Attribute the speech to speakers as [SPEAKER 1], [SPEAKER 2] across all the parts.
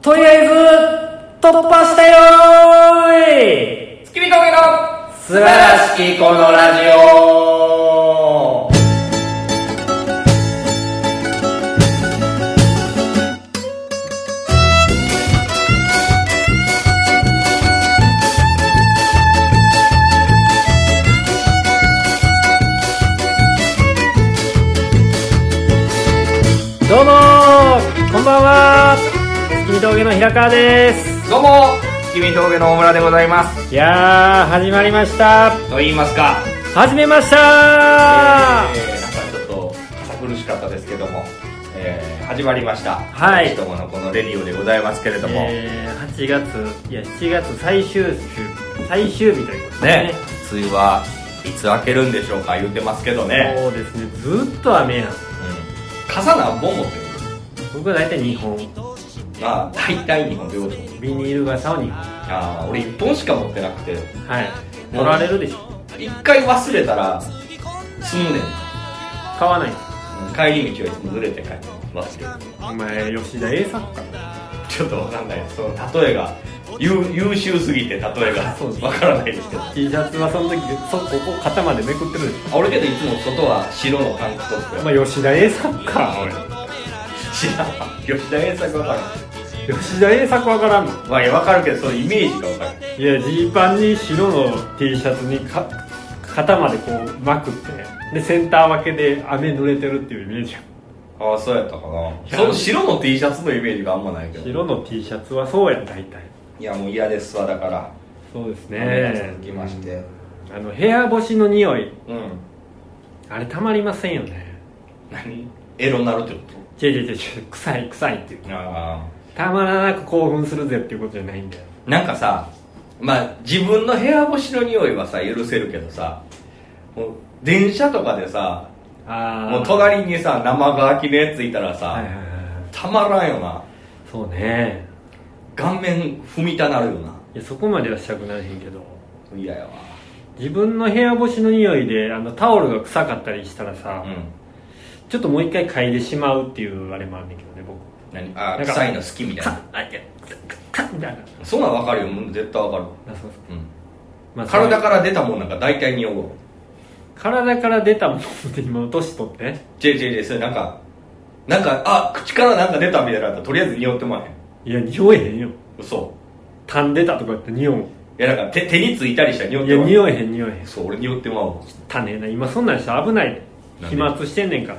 [SPEAKER 1] とりあえず突破したよーい
[SPEAKER 2] 月見峠の
[SPEAKER 1] 素晴らしきこのラジオどうもーこんばんは月見峠の平川です
[SPEAKER 2] どうも月見峠の大村でございます
[SPEAKER 1] いやー始まりました
[SPEAKER 2] と言いますか
[SPEAKER 1] 始めましたー
[SPEAKER 2] えーなんかちょっと堅苦しかったですけども、えー始まりました
[SPEAKER 1] はい
[SPEAKER 2] ぜひとものこのレディオでございますけれども、
[SPEAKER 1] えー、8月いや7月最終週最終日ということで
[SPEAKER 2] ね梅雨はいつ明けるんでしょうか言ってますけど
[SPEAKER 1] ね
[SPEAKER 2] ね、
[SPEAKER 1] そうですねずーっと雨やん
[SPEAKER 2] うん、傘何本持って
[SPEAKER 1] 僕は大体2本
[SPEAKER 2] るまあ大体2本両方
[SPEAKER 1] ビニール傘を2本
[SPEAKER 2] ああ俺1本しか持ってなくて
[SPEAKER 1] はい取られるでしょ
[SPEAKER 2] 1回忘れたら済むねん
[SPEAKER 1] 買わない
[SPEAKER 2] 帰り道はいつもずれて帰って忘れる
[SPEAKER 1] お前吉田栄作か
[SPEAKER 2] ちょっとわかんないですその例えが優優秀すぎて例えが
[SPEAKER 1] そうです
[SPEAKER 2] わからないですけど
[SPEAKER 1] T シャツはその時そここ肩までめくってるでし
[SPEAKER 2] あ俺けどいつも外は白のタンクトップ
[SPEAKER 1] ょ
[SPEAKER 2] や、
[SPEAKER 1] まあ吉田栄作か
[SPEAKER 2] 俺知らん吉田栄作わから
[SPEAKER 1] 吉田栄作わからんの
[SPEAKER 2] んまあいやわかるけどそのイメージがわかる
[SPEAKER 1] いやジーパンに白の T シャツにか肩までこうまくってでセンター分けで雨濡れてるっていうイメージや
[SPEAKER 2] ああそうやったかなその白の T シャツのイメージがあんまないけど
[SPEAKER 1] 白の T シャツはそうやん大体
[SPEAKER 2] いやもう嫌ですわだから
[SPEAKER 1] そうです
[SPEAKER 2] ね続きまして
[SPEAKER 1] あの部屋干しの匂い
[SPEAKER 2] うん
[SPEAKER 1] あれたまりませんよね
[SPEAKER 2] 何エロなるってこ
[SPEAKER 1] 違う違う違う臭い臭いっていう
[SPEAKER 2] とああ
[SPEAKER 1] たまらなく興奮するぜっていうことじゃないんだよ
[SPEAKER 2] なんかさまあ自分の部屋干しの匂いはさ許せるけどさもう電車とかでさ
[SPEAKER 1] あ
[SPEAKER 2] もう隣にさ生乾きのやついたらさ、
[SPEAKER 1] はいはいはい
[SPEAKER 2] たまらんよな
[SPEAKER 1] そうね
[SPEAKER 2] 顔面踏みたなるよない
[SPEAKER 1] やそこまではしたくなれへんけど
[SPEAKER 2] 嫌や
[SPEAKER 1] 自分の部屋干しの匂いであのタオルが臭かったりしたらさ、
[SPEAKER 2] わうん
[SPEAKER 1] ちょっともう一回嗅いでしまうっていうあれもあんねんけどね僕
[SPEAKER 2] 何あ
[SPEAKER 1] なんか
[SPEAKER 2] 臭いの好きみたいな
[SPEAKER 1] あいやカッみたいな
[SPEAKER 2] そんなんわかるよもう絶対わかる、
[SPEAKER 1] あそうそう
[SPEAKER 2] うん、
[SPEAKER 1] まあ
[SPEAKER 2] 体から出たもんなんか大体匂うわ
[SPEAKER 1] 体から出たものって今年取って
[SPEAKER 2] 違う違う違うそれなんかなんかあ口からなんか出たみたいなのあったらとりあえず匂ってまわへん
[SPEAKER 1] いや匂えへんよ
[SPEAKER 2] 嘘
[SPEAKER 1] 噛んでたとかって匂う
[SPEAKER 2] いやなんか手手についたりしたら匂っ
[SPEAKER 1] い
[SPEAKER 2] て
[SPEAKER 1] や
[SPEAKER 2] まう
[SPEAKER 1] 匂えへん匂えへん
[SPEAKER 2] そう俺匂ってまうわ
[SPEAKER 1] 汚ねえな今そんなんしたら危ないで
[SPEAKER 2] なんで
[SPEAKER 1] 飛沫してんねんから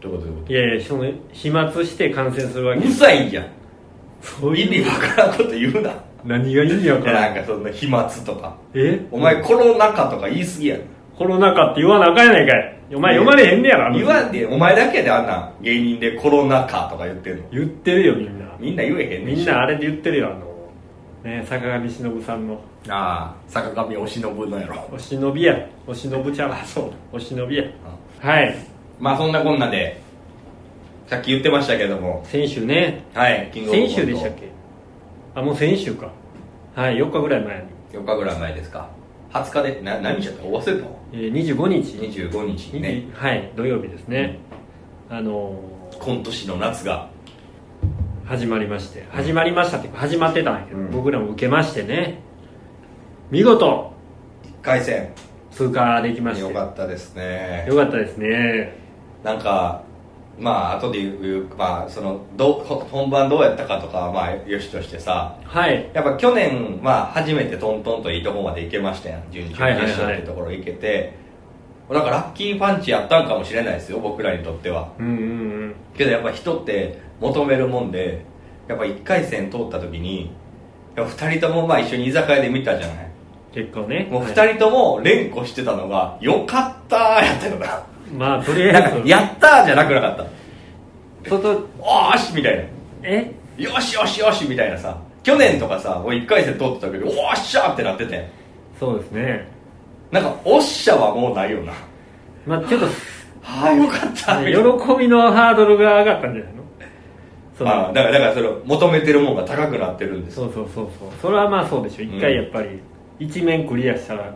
[SPEAKER 2] どういうことどういうこ
[SPEAKER 1] いやいやその飛沫して感染するわ
[SPEAKER 2] とう
[SPEAKER 1] け
[SPEAKER 2] るさいやん
[SPEAKER 1] そう
[SPEAKER 2] 意
[SPEAKER 1] いう
[SPEAKER 2] 味わからんこと言うな
[SPEAKER 1] 何が意味わ
[SPEAKER 2] い
[SPEAKER 1] か
[SPEAKER 2] や
[SPEAKER 1] ら
[SPEAKER 2] なんんかそんな飛沫とか
[SPEAKER 1] え
[SPEAKER 2] お前コロナ禍とか言い過ぎやん
[SPEAKER 1] コロナ禍って言わなあかんやないかいお前読まれへんねやろあの
[SPEAKER 2] 言わんでお前だけであんな芸人でコロナ禍とか言ってんの
[SPEAKER 1] 言ってるよみんな
[SPEAKER 2] みんな言えへんね
[SPEAKER 1] みんなあれで言ってるよあのね坂上忍さんの
[SPEAKER 2] ああ坂上お忍ぶのやろ
[SPEAKER 1] お忍びやお忍ぶちゃんそうお忍びやはい
[SPEAKER 2] まあそんなこんなでさっき言ってましたけども
[SPEAKER 1] 先週ね
[SPEAKER 2] はいキングオブコン
[SPEAKER 1] 先
[SPEAKER 2] ト
[SPEAKER 1] 週でしたっけあもう先週かはい4日ぐらい前に、
[SPEAKER 2] 4日ぐらい前ですか20日でな何しちゃった忘れたわ
[SPEAKER 1] えー、25日
[SPEAKER 2] 25日にね
[SPEAKER 1] 20はい土曜日ですね、あのー
[SPEAKER 2] 今年の夏が
[SPEAKER 1] 始まりまして始まりましたっていうか始まってたんやけど、
[SPEAKER 2] うん
[SPEAKER 1] 僕らも受けましてね見事
[SPEAKER 2] 1回戦
[SPEAKER 1] 通過できまして
[SPEAKER 2] よかったですね
[SPEAKER 1] よかったですね
[SPEAKER 2] なんかまあ後で言う、まあ、そのどうほ本番どうやったかとかはまあよしとしてさ
[SPEAKER 1] はい
[SPEAKER 2] やっぱ去年は初めてトントンといいとこまで行けましたやん準々決勝ってところ行けて、なんかラッキーパンチやったんかもしれないですよ僕らにとっては
[SPEAKER 1] うんうんうん
[SPEAKER 2] けどやっぱ人って求めるもんでやっぱ1回戦通った時に2人ともまあ一緒に居酒屋で見たじゃない
[SPEAKER 1] 結構ね
[SPEAKER 2] もう
[SPEAKER 1] はい
[SPEAKER 2] 2人とも連呼してたのが「よかった!」やったよな
[SPEAKER 1] まあとりあ
[SPEAKER 2] なん
[SPEAKER 1] え
[SPEAKER 2] か「
[SPEAKER 1] ず
[SPEAKER 2] やったー!」じゃなくなかった
[SPEAKER 1] 外
[SPEAKER 2] 「おーし!」みたいな
[SPEAKER 1] え
[SPEAKER 2] 「よしよしよし!」みたいなさ去年とかさもう1回戦通ってたけど「おーっしゃ!」ってなってて
[SPEAKER 1] そうですね
[SPEAKER 2] なんか「おっしゃ!」はもうないよな
[SPEAKER 1] まあちょっ と
[SPEAKER 2] ああよかったみたいな
[SPEAKER 1] 喜びのハードルが上がったんじゃないのそう
[SPEAKER 2] あーだからだからそれ求めてるもんが高くなってるんです
[SPEAKER 1] そうそうそうそうそれはまあそうでしょ一回やっぱり一面クリアした ら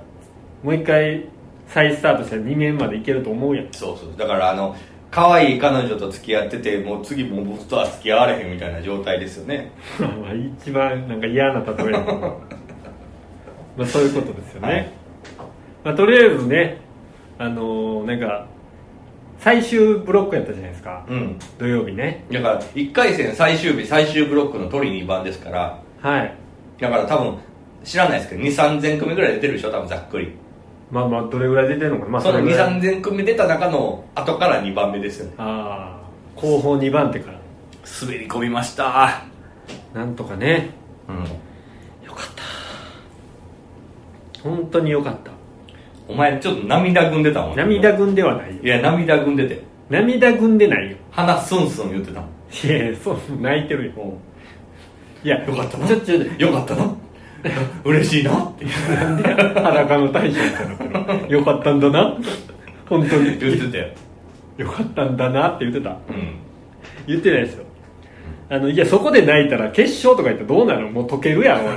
[SPEAKER 1] もう一回再スタートしたら二面までいけると思うやん
[SPEAKER 2] そうそうだからあの可愛い彼女と付き合っててもう次もう僕とは付き合われへんみたいな状態ですよね
[SPEAKER 1] 一番なんか嫌な例えだと思う まあそういうことですよね、
[SPEAKER 2] はい
[SPEAKER 1] まあ、とりあえずねあのーなんか最終ブロックやったじゃないですか、
[SPEAKER 2] うん
[SPEAKER 1] 土曜日ね
[SPEAKER 2] だから1回戦最終日最終ブロックの取り2番ですから
[SPEAKER 1] はい
[SPEAKER 2] だから多分知らないですけど2 3 0 0組ぐらい出てるでしょ多分ざっくり
[SPEAKER 1] まあまあどれぐらい出てるのかなまあ
[SPEAKER 2] その
[SPEAKER 1] れぐ
[SPEAKER 2] 2
[SPEAKER 1] らい
[SPEAKER 2] 3 0 0組出た中の後から2番目ですよね
[SPEAKER 1] ああ後方2番手から
[SPEAKER 2] 滑り込みました
[SPEAKER 1] なんとかね
[SPEAKER 2] うん
[SPEAKER 1] よかった本当によかった
[SPEAKER 2] お前ちょっと涙ぐんでたもん
[SPEAKER 1] 涙ぐんではないよ
[SPEAKER 2] いや涙ぐんでて
[SPEAKER 1] 涙ぐんでないよ
[SPEAKER 2] 鼻スンスン言ってたもん
[SPEAKER 1] いやいやそう泣いてるよ
[SPEAKER 2] も
[SPEAKER 1] いや
[SPEAKER 2] うよかったな
[SPEAKER 1] ちょちょち
[SPEAKER 2] よかったな 嬉しいなって
[SPEAKER 1] ょなんで裸の大将みたいになってるよかったんだな本当に
[SPEAKER 2] 言ってたよ
[SPEAKER 1] よかったんだなって言ってた
[SPEAKER 2] うん
[SPEAKER 1] 言ってないですよあのいやそこで泣いたら決勝とか言ったらどうなるのもう解けるやん俺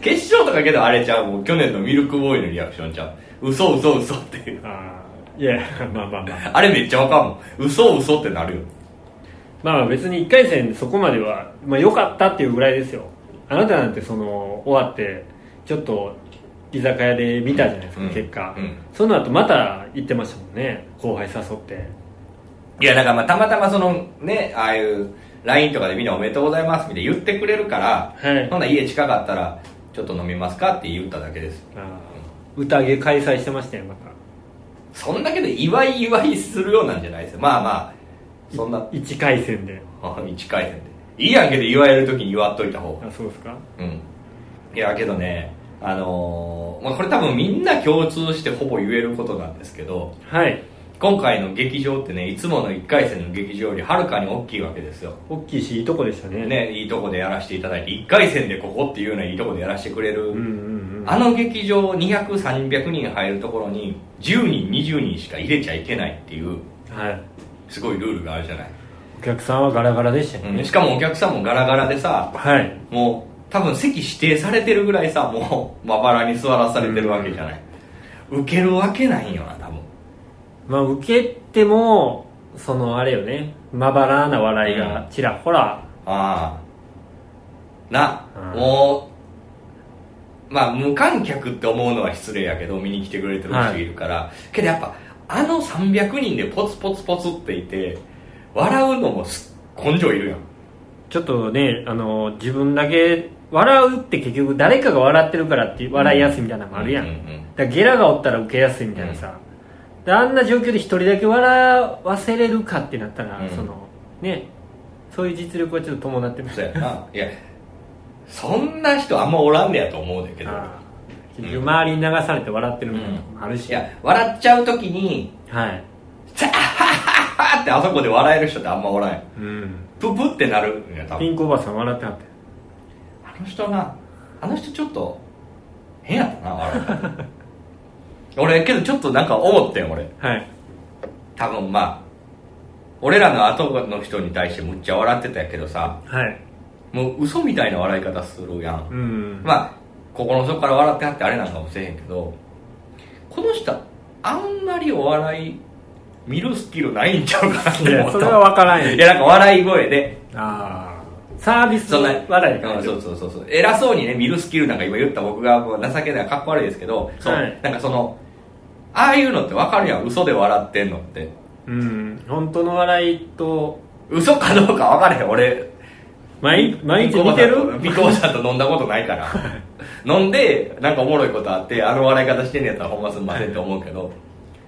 [SPEAKER 2] 決勝とかけどあれちゃうもう去年のミルクボーイのリアクションちゃう嘘嘘嘘っていう
[SPEAKER 1] あーいやまあまあまあ
[SPEAKER 2] あれめっちゃわかんもん嘘嘘ってなるよ
[SPEAKER 1] まあ別に1回戦そこまではまあ、良かったっていうぐらいですよあなたなんてその終わってちょっと居酒屋で見たじゃないですか、
[SPEAKER 2] うん
[SPEAKER 1] 結果、
[SPEAKER 2] うん
[SPEAKER 1] その後また行ってましたもんね後輩誘って
[SPEAKER 2] いやだからまあたまたまそのねああいう LINE とかでみんなおめでとうございますみたいな言ってくれるから、
[SPEAKER 1] はい
[SPEAKER 2] ほんなら家近かったらちょっと飲みますかって言っただけです
[SPEAKER 1] あー宴開催してましたよま
[SPEAKER 2] そんだけで祝い祝いするようなんじゃないですよまあまあそんな
[SPEAKER 1] た1回戦で
[SPEAKER 2] 1回戦でいいやんけど祝える時に祝っといた方が
[SPEAKER 1] あそうですか
[SPEAKER 2] うんいやけどねあのーまあ、これ多分みんな共通してほぼ言えることなんですけど
[SPEAKER 1] はい
[SPEAKER 2] 今回の劇場ってねいつもの1回戦の劇場よりはるかに大きいわけですよ
[SPEAKER 1] 大きいしいいとこでしたね
[SPEAKER 2] ねいいとこでやらせていただいて1回戦でここっていうようないいとこでやらせてくれる、
[SPEAKER 1] うんうんうん
[SPEAKER 2] あの劇場200300人入るところに10人20人しか入れちゃいけないっていう
[SPEAKER 1] はい
[SPEAKER 2] すごいルールがあるじゃない、
[SPEAKER 1] お客さんはガラガラでしたよね、
[SPEAKER 2] しかもお客さんもガラガラでさ
[SPEAKER 1] はい
[SPEAKER 2] もう多分席指定されてるぐらいさもうまばらに座らされてるわけじゃない、受けるわけないよな多分
[SPEAKER 1] まあ受けてもそのあれよねまばらな笑いがちらほら、
[SPEAKER 2] ああな、
[SPEAKER 1] うん
[SPEAKER 2] もうまあ無観客って思うのは失礼やけど見に来てくれてる人いるから、けどやっぱあの300人でポツポツポツっていて笑うのもす根性いるやん
[SPEAKER 1] ちょっとねあの自分だけ笑うって結局誰かが笑ってるからって笑いやすいみたいなのもあるやん、
[SPEAKER 2] う
[SPEAKER 1] だから
[SPEAKER 2] ん
[SPEAKER 1] ゲラがおったら受けやすいみたいなさ、であんな状況で一人だけ笑わせれるかってなったら、
[SPEAKER 2] うん
[SPEAKER 1] そのねそういう実力はちょっと伴ってま
[SPEAKER 2] うん
[SPEAKER 1] す
[SPEAKER 2] そうやないやそんな人あんまおらんねやと思うねんだけど
[SPEAKER 1] あー結局周りに流されて笑ってるみたいなのもある
[SPEAKER 2] い
[SPEAKER 1] し、
[SPEAKER 2] や笑っちゃう時に
[SPEAKER 1] はい
[SPEAKER 2] あはってあそこで笑える人ってあんまおらんやん
[SPEAKER 1] うん
[SPEAKER 2] ププってなるんや多
[SPEAKER 1] ピ
[SPEAKER 2] 分
[SPEAKER 1] ンクおばさん笑ってはったよ
[SPEAKER 2] あの人なあの人ちょっと変やったな笑うの俺けどちょっとなんか思ってん俺
[SPEAKER 1] はい
[SPEAKER 2] 多分まあ俺らの後の人に対してむっちゃ笑ってたけどさ
[SPEAKER 1] はい
[SPEAKER 2] もう嘘みたいな笑い方するやん
[SPEAKER 1] うん
[SPEAKER 2] まあ心の底から笑ってはってあれなんかもせえへんけどこの人あんまりお笑い見るスキルないんちゃうかなって
[SPEAKER 1] い
[SPEAKER 2] 思
[SPEAKER 1] や
[SPEAKER 2] った
[SPEAKER 1] それは分からんよ
[SPEAKER 2] いやなんか笑い声で
[SPEAKER 1] ああサービス
[SPEAKER 2] そんな
[SPEAKER 1] 笑いが
[SPEAKER 2] うんそうそうそうそう偉そうにね見るスキルなんか今言った僕がもう情けないかっこ悪いですけどそう、
[SPEAKER 1] はい
[SPEAKER 2] なんかそのああいうのってわかるやん嘘で笑ってんのって
[SPEAKER 1] うん本当の笑いと
[SPEAKER 2] 嘘かどうかわかれへん俺
[SPEAKER 1] 毎毎日見てる
[SPEAKER 2] ピコーさんと飲んだことないから 飲んでなんかおもろいことあってあの笑い方してんねやったらほんますんませんって思うけど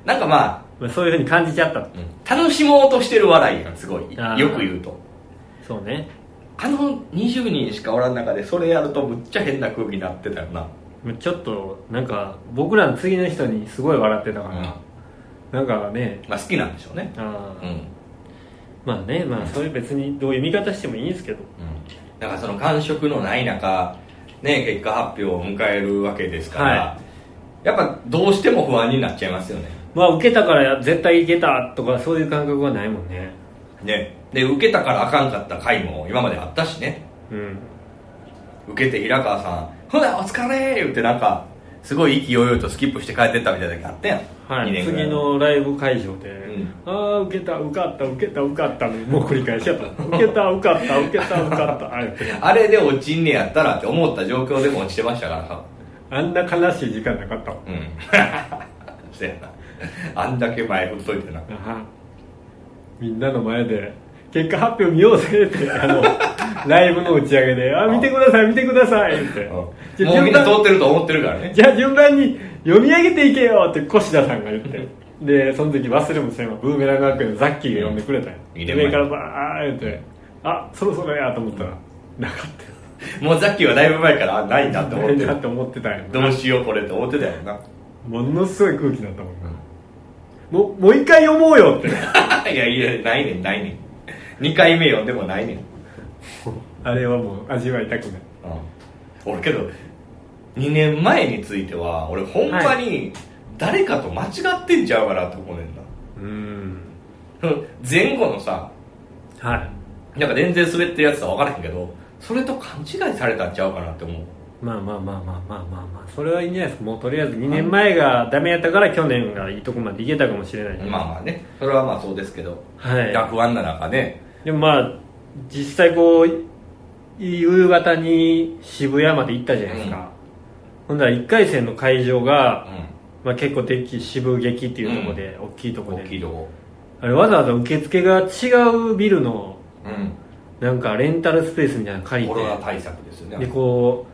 [SPEAKER 2] なんかま
[SPEAKER 1] まあそういうふうに感じちゃった
[SPEAKER 2] あ、楽しもうとしてる笑いやんすごい
[SPEAKER 1] あー
[SPEAKER 2] よく言うと
[SPEAKER 1] そうね
[SPEAKER 2] あの20人しかおらん中でそれやるとむっちゃ変な空気になってたよな
[SPEAKER 1] ちょっとなんか僕らの次の人にすごい笑ってたから、なんかね
[SPEAKER 2] まあ好きなんでしょうね
[SPEAKER 1] あー、
[SPEAKER 2] うん
[SPEAKER 1] まあねまあそれ別にどういう見方してもいいんですけど
[SPEAKER 2] だからその感触のない中、ね、結果発表を迎えるわけですから、
[SPEAKER 1] は
[SPEAKER 2] やっぱどうしても不安になっちゃいますよね
[SPEAKER 1] まあ受けたから絶対いけたとかそういう感覚はないもんね
[SPEAKER 2] ねで受けたからあかんかった回も今まであったしね
[SPEAKER 1] うん
[SPEAKER 2] 受けて平川さん「ほなお疲れ!」言ってなんかすごい意気揚々とスキップして帰ってったみたいな時あったやん、
[SPEAKER 1] は
[SPEAKER 2] 2
[SPEAKER 1] い、
[SPEAKER 2] 年ぐら
[SPEAKER 1] 次
[SPEAKER 2] い
[SPEAKER 1] のライブ会場で、
[SPEAKER 2] ん
[SPEAKER 1] ああ受けた受かった受けた受かったのもう繰り返しやった受けた受かった受けた受かったあれ
[SPEAKER 2] あれで落ちんねやったらって思った状況でも落ちてましたからさ
[SPEAKER 1] あんな悲しい時間なかったもん
[SPEAKER 2] うん そうやなあんだけ前振っといてな
[SPEAKER 1] あはみんなの前で結果発表見ようぜって あのライブの打ち上げで「あー見てください見てください」って
[SPEAKER 2] も
[SPEAKER 1] 「
[SPEAKER 2] う
[SPEAKER 1] じゃあ
[SPEAKER 2] み
[SPEAKER 1] 順
[SPEAKER 2] んな通
[SPEAKER 1] 番
[SPEAKER 2] ってると思ってるからね
[SPEAKER 1] じゃあ順番に読み上げていけよ」って越田さんが言ってでその時忘れもせんわブーメラン学園のザッキーが読んでくれたよ
[SPEAKER 2] うんいいね
[SPEAKER 1] 上からバーッ言って「あそろそろや」と思ったらなかったよ
[SPEAKER 2] もうザッキーはだいぶ前からあないんだって思って
[SPEAKER 1] な
[SPEAKER 2] る
[SPEAKER 1] いなって思ってたんや
[SPEAKER 2] どうしようこれって思ってたよな
[SPEAKER 1] ものすごい空気になったもんなもうもう一回読もうよって
[SPEAKER 2] いやいやないねんないねん2回目読んでもないねん、うん、
[SPEAKER 1] あれはもう味わいたくない
[SPEAKER 2] 俺けど2年前については俺ほんまに誰かと間違ってんちゃうかなと思うねんな
[SPEAKER 1] うん
[SPEAKER 2] 前後のさ
[SPEAKER 1] はい
[SPEAKER 2] なんか全然滑ってるやつは分からへんけどそれと勘違いされたんちゃうかなって思う
[SPEAKER 1] まあまあまあまあまあまあまあそれはいいんじゃないですかもうとりあえず2年前がダメやったから去年がいいとこまでいけたかもしれないけど
[SPEAKER 2] まあまあねそれはまあそうですけど、
[SPEAKER 1] は
[SPEAKER 2] 不安な中ね
[SPEAKER 1] いでもまあ実際こう夕方に渋谷まで行ったじゃないですか、
[SPEAKER 2] うん
[SPEAKER 1] ほんなら1回戦の会場
[SPEAKER 2] う
[SPEAKER 1] が、
[SPEAKER 2] ん
[SPEAKER 1] まあ、結構でっき渋劇っていうところで、大きいとこ
[SPEAKER 2] 大きい
[SPEAKER 1] で
[SPEAKER 2] とこ
[SPEAKER 1] あれわざわざ受付が違うビルの
[SPEAKER 2] うん
[SPEAKER 1] なんかレンタルスペースみたいなの借り
[SPEAKER 2] コロナ
[SPEAKER 1] て
[SPEAKER 2] 対策ですよね
[SPEAKER 1] でこ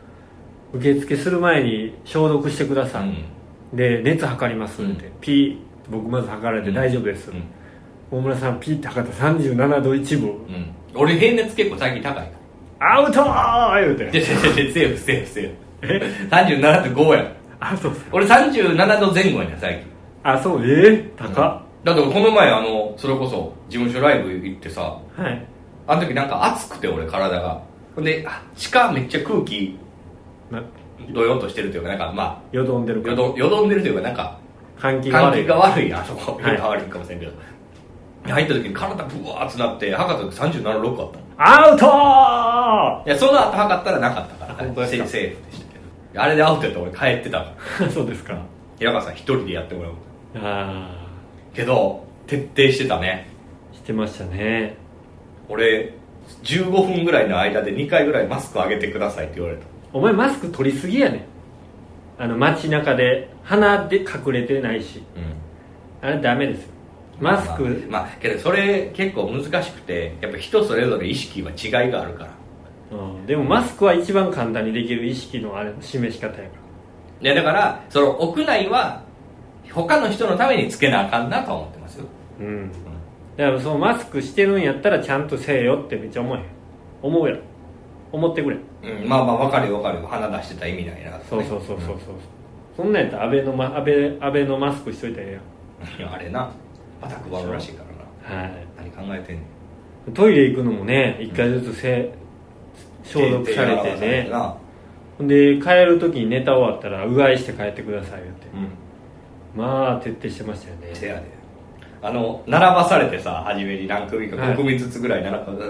[SPEAKER 1] う受付する前に消毒してくだ
[SPEAKER 2] う
[SPEAKER 1] さい、
[SPEAKER 2] ん
[SPEAKER 1] で熱測りますって、
[SPEAKER 2] う
[SPEAKER 1] ピーって僕まず測られて
[SPEAKER 2] うん
[SPEAKER 1] 大丈夫です、大村さんピーって測った37度1分、
[SPEAKER 2] うん、うん、俺平熱結構最近高いから
[SPEAKER 1] アウトー言う
[SPEAKER 2] で
[SPEAKER 1] て
[SPEAKER 2] でででセーフセーフセーフ37.5や ん
[SPEAKER 1] あそうそう
[SPEAKER 2] 俺37度前後やねん最近
[SPEAKER 1] あそうえー、高
[SPEAKER 2] だってこの前あのそれこそ事務所ライブ行ってさ
[SPEAKER 1] っ、はい
[SPEAKER 2] あの時なんか暑くて俺体がほんであ地下めっちゃ空気
[SPEAKER 1] な
[SPEAKER 2] どよんとしてるというかなんかま
[SPEAKER 1] よどんでる
[SPEAKER 2] あ
[SPEAKER 1] か
[SPEAKER 2] よ
[SPEAKER 1] ら
[SPEAKER 2] どよどんでるというかなんか
[SPEAKER 1] 換気が
[SPEAKER 2] 換
[SPEAKER 1] 悪い
[SPEAKER 2] 気が悪いあそこ
[SPEAKER 1] はい
[SPEAKER 2] 変わるかもしれんけど、入った時に体ブワーッとなって測った時37六あったの
[SPEAKER 1] アウト
[SPEAKER 2] いやその後測ったらなかったから
[SPEAKER 1] あ本当ですか
[SPEAKER 2] セーフでしたけどあれでアウトやったら俺帰ってたから
[SPEAKER 1] ー そうですか
[SPEAKER 2] 平川さん一人でやってもらう
[SPEAKER 1] あ
[SPEAKER 2] けど徹底してたね
[SPEAKER 1] あしてましたね
[SPEAKER 2] 俺15分ぐらいの間で2回ぐらいマスク上げてくださいって言われた
[SPEAKER 1] お前マスク取りすぎやねんあの街中で鼻で隠れてないしあれダメですよマスク、
[SPEAKER 2] まあ、まあけどそれ結構難しくてやっぱ人それぞれ意識は違いがあるから
[SPEAKER 1] うんでもマスクは一番簡単にできる意識のあれ示し方やか
[SPEAKER 2] いやだからその屋内は他の人のためにつけなあかんなとは思ってますよ、
[SPEAKER 1] らうんだからそのマスクしてるんやったらちゃんとせえよってめっちゃ思えへん思うやろ思ってくれ
[SPEAKER 2] うん、まあまあ分かるよ分かるよ鼻出してたら意味ないなと
[SPEAKER 1] そう
[SPEAKER 2] ね
[SPEAKER 1] そうそうそうそう、そんなんやったら安倍の,、ま、安倍安倍のマスクしといたらえ
[SPEAKER 2] いやあれなまた配るらしいからな
[SPEAKER 1] えやん、はい、
[SPEAKER 2] 何考えてんねん
[SPEAKER 1] トイレ行くのもね一回ずつせ、消毒され
[SPEAKER 2] 手手洗わ
[SPEAKER 1] て
[SPEAKER 2] され
[SPEAKER 1] ね
[SPEAKER 2] てな、
[SPEAKER 1] ほんで帰る時にネタ終わったらうがいして帰ってくださいよって
[SPEAKER 2] うん、
[SPEAKER 1] まあ徹底してましたよね
[SPEAKER 2] せやであの並ばされてさ初めに何組か
[SPEAKER 1] はい
[SPEAKER 2] 5組ずつぐらい並ばされて、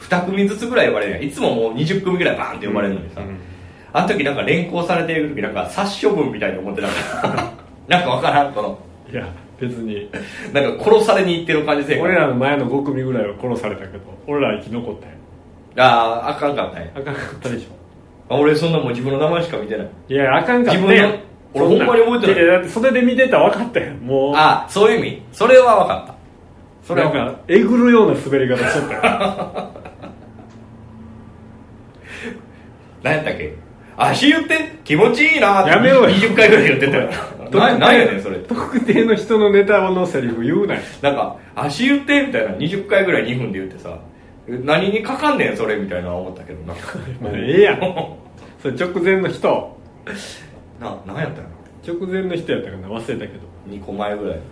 [SPEAKER 2] 2組ずつぐらい呼ばれるやんいつももう20組ぐらいバーンって呼ばれるのにさ、
[SPEAKER 1] うん
[SPEAKER 2] あの時なんか連行されてる時なんか殺処分みたいに思ってなか ったなんかわからんこの
[SPEAKER 1] いや別に
[SPEAKER 2] なんか殺されに行ってる感じせえから
[SPEAKER 1] 俺らの前の5組ぐらいは殺されたけど俺らは生き残ったよ
[SPEAKER 2] あーあかんかったね
[SPEAKER 1] あかんかったでし
[SPEAKER 2] 俺そんなもう自分の名前しか見てない
[SPEAKER 1] ょいやあかんかった
[SPEAKER 2] 自
[SPEAKER 1] や
[SPEAKER 2] 分の俺ほんまに覚えてない
[SPEAKER 1] いやだってそれで見てたら分かったよもう
[SPEAKER 2] ああそういう意味それは分かったそ
[SPEAKER 1] そ
[SPEAKER 2] れ
[SPEAKER 1] れ
[SPEAKER 2] は
[SPEAKER 1] なん
[SPEAKER 2] 分かっ
[SPEAKER 1] かえぐるような滑り方しとったよ
[SPEAKER 2] た何やったっけ足言って気持ちいいなって
[SPEAKER 1] やめようよ
[SPEAKER 2] 20回ぐらい言ってたよ ななんやねんそれ
[SPEAKER 1] 特定の人のネタのセリフ言うなよ
[SPEAKER 2] なんか足言ってみたいな20回ぐらい2分で言ってさ何にかかんねんそれみたいな思ったけ どな
[SPEAKER 1] まあええやんそれ直前の人
[SPEAKER 2] な何やったの
[SPEAKER 1] 直前の人やったかな忘れたけど
[SPEAKER 2] 2個前ぐらいの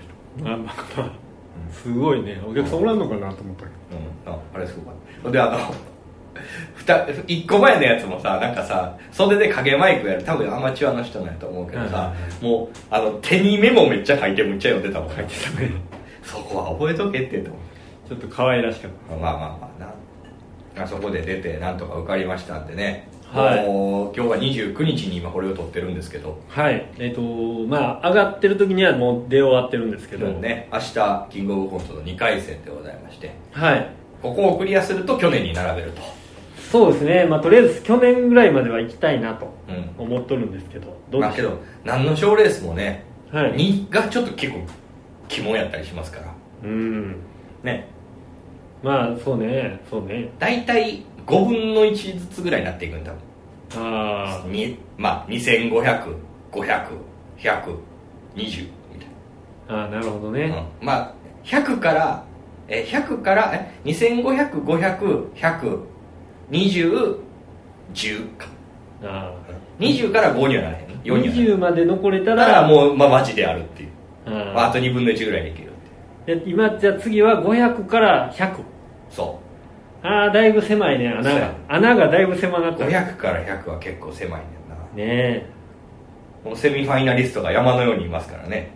[SPEAKER 2] 人
[SPEAKER 1] まあまあまあすごいねお客さんおらんのかなと思ったけど
[SPEAKER 2] うんああれすごかったほんであの1個前のやつもさなんかさ袖で影マイクやる多分アマチュアの人なんやと思うけどさ、もうあの手にメモめっちゃ書いてむっちゃ読んでたもん書いてたねそこは覚えとけってと思
[SPEAKER 1] ちょっと可愛らしかっ
[SPEAKER 2] うまあまあまあなあそこで出てなんとか受かりましたんでね
[SPEAKER 1] たはい
[SPEAKER 2] もう今日は29日に今これを撮ってるんですけど、
[SPEAKER 1] はいえっ、とまあ上がってる時にはもう出終わってるんですけど、
[SPEAKER 2] ね、明日キングオブコントの2回戦でございまして
[SPEAKER 1] はい
[SPEAKER 2] ここをクリアすると去年に並べると、
[SPEAKER 1] そうですね、まあ、とりあえず去年ぐらいまでは行きたいなと
[SPEAKER 2] うん
[SPEAKER 1] 思っとるんですけどどう
[SPEAKER 2] まあ
[SPEAKER 1] で
[SPEAKER 2] け
[SPEAKER 1] しょ
[SPEAKER 2] ど何の賞レースもね、
[SPEAKER 1] う、はい、
[SPEAKER 2] 2がちょっと結構肝やったりしますから
[SPEAKER 1] うん
[SPEAKER 2] ね
[SPEAKER 1] まあそうねそうね
[SPEAKER 2] 大体5分の1ずつぐらいになっていくんだ
[SPEAKER 1] あ
[SPEAKER 2] にまあ250050010020みた
[SPEAKER 1] ーあーなるほど
[SPEAKER 2] い
[SPEAKER 1] ね、
[SPEAKER 2] な、うん、まあ100からえ100からえ25005001002010か
[SPEAKER 1] あ
[SPEAKER 2] 20から5にはなれへん
[SPEAKER 1] ー
[SPEAKER 2] 4にはなれへん
[SPEAKER 1] 20まで残れた
[SPEAKER 2] だかららもう、まあ、マジであるっていう、
[SPEAKER 1] あー
[SPEAKER 2] まあ、あと2分の1ぐらいできるっていう
[SPEAKER 1] で今じゃあ次は500から100
[SPEAKER 2] そ
[SPEAKER 1] ああだいぶ狭いね穴
[SPEAKER 2] そう
[SPEAKER 1] が
[SPEAKER 2] や
[SPEAKER 1] 穴がだいぶ狭な
[SPEAKER 2] う
[SPEAKER 1] ったね
[SPEAKER 2] 500から100は結構狭いんだよな
[SPEAKER 1] え
[SPEAKER 2] もうセミファイナリストが山のようにいますからね、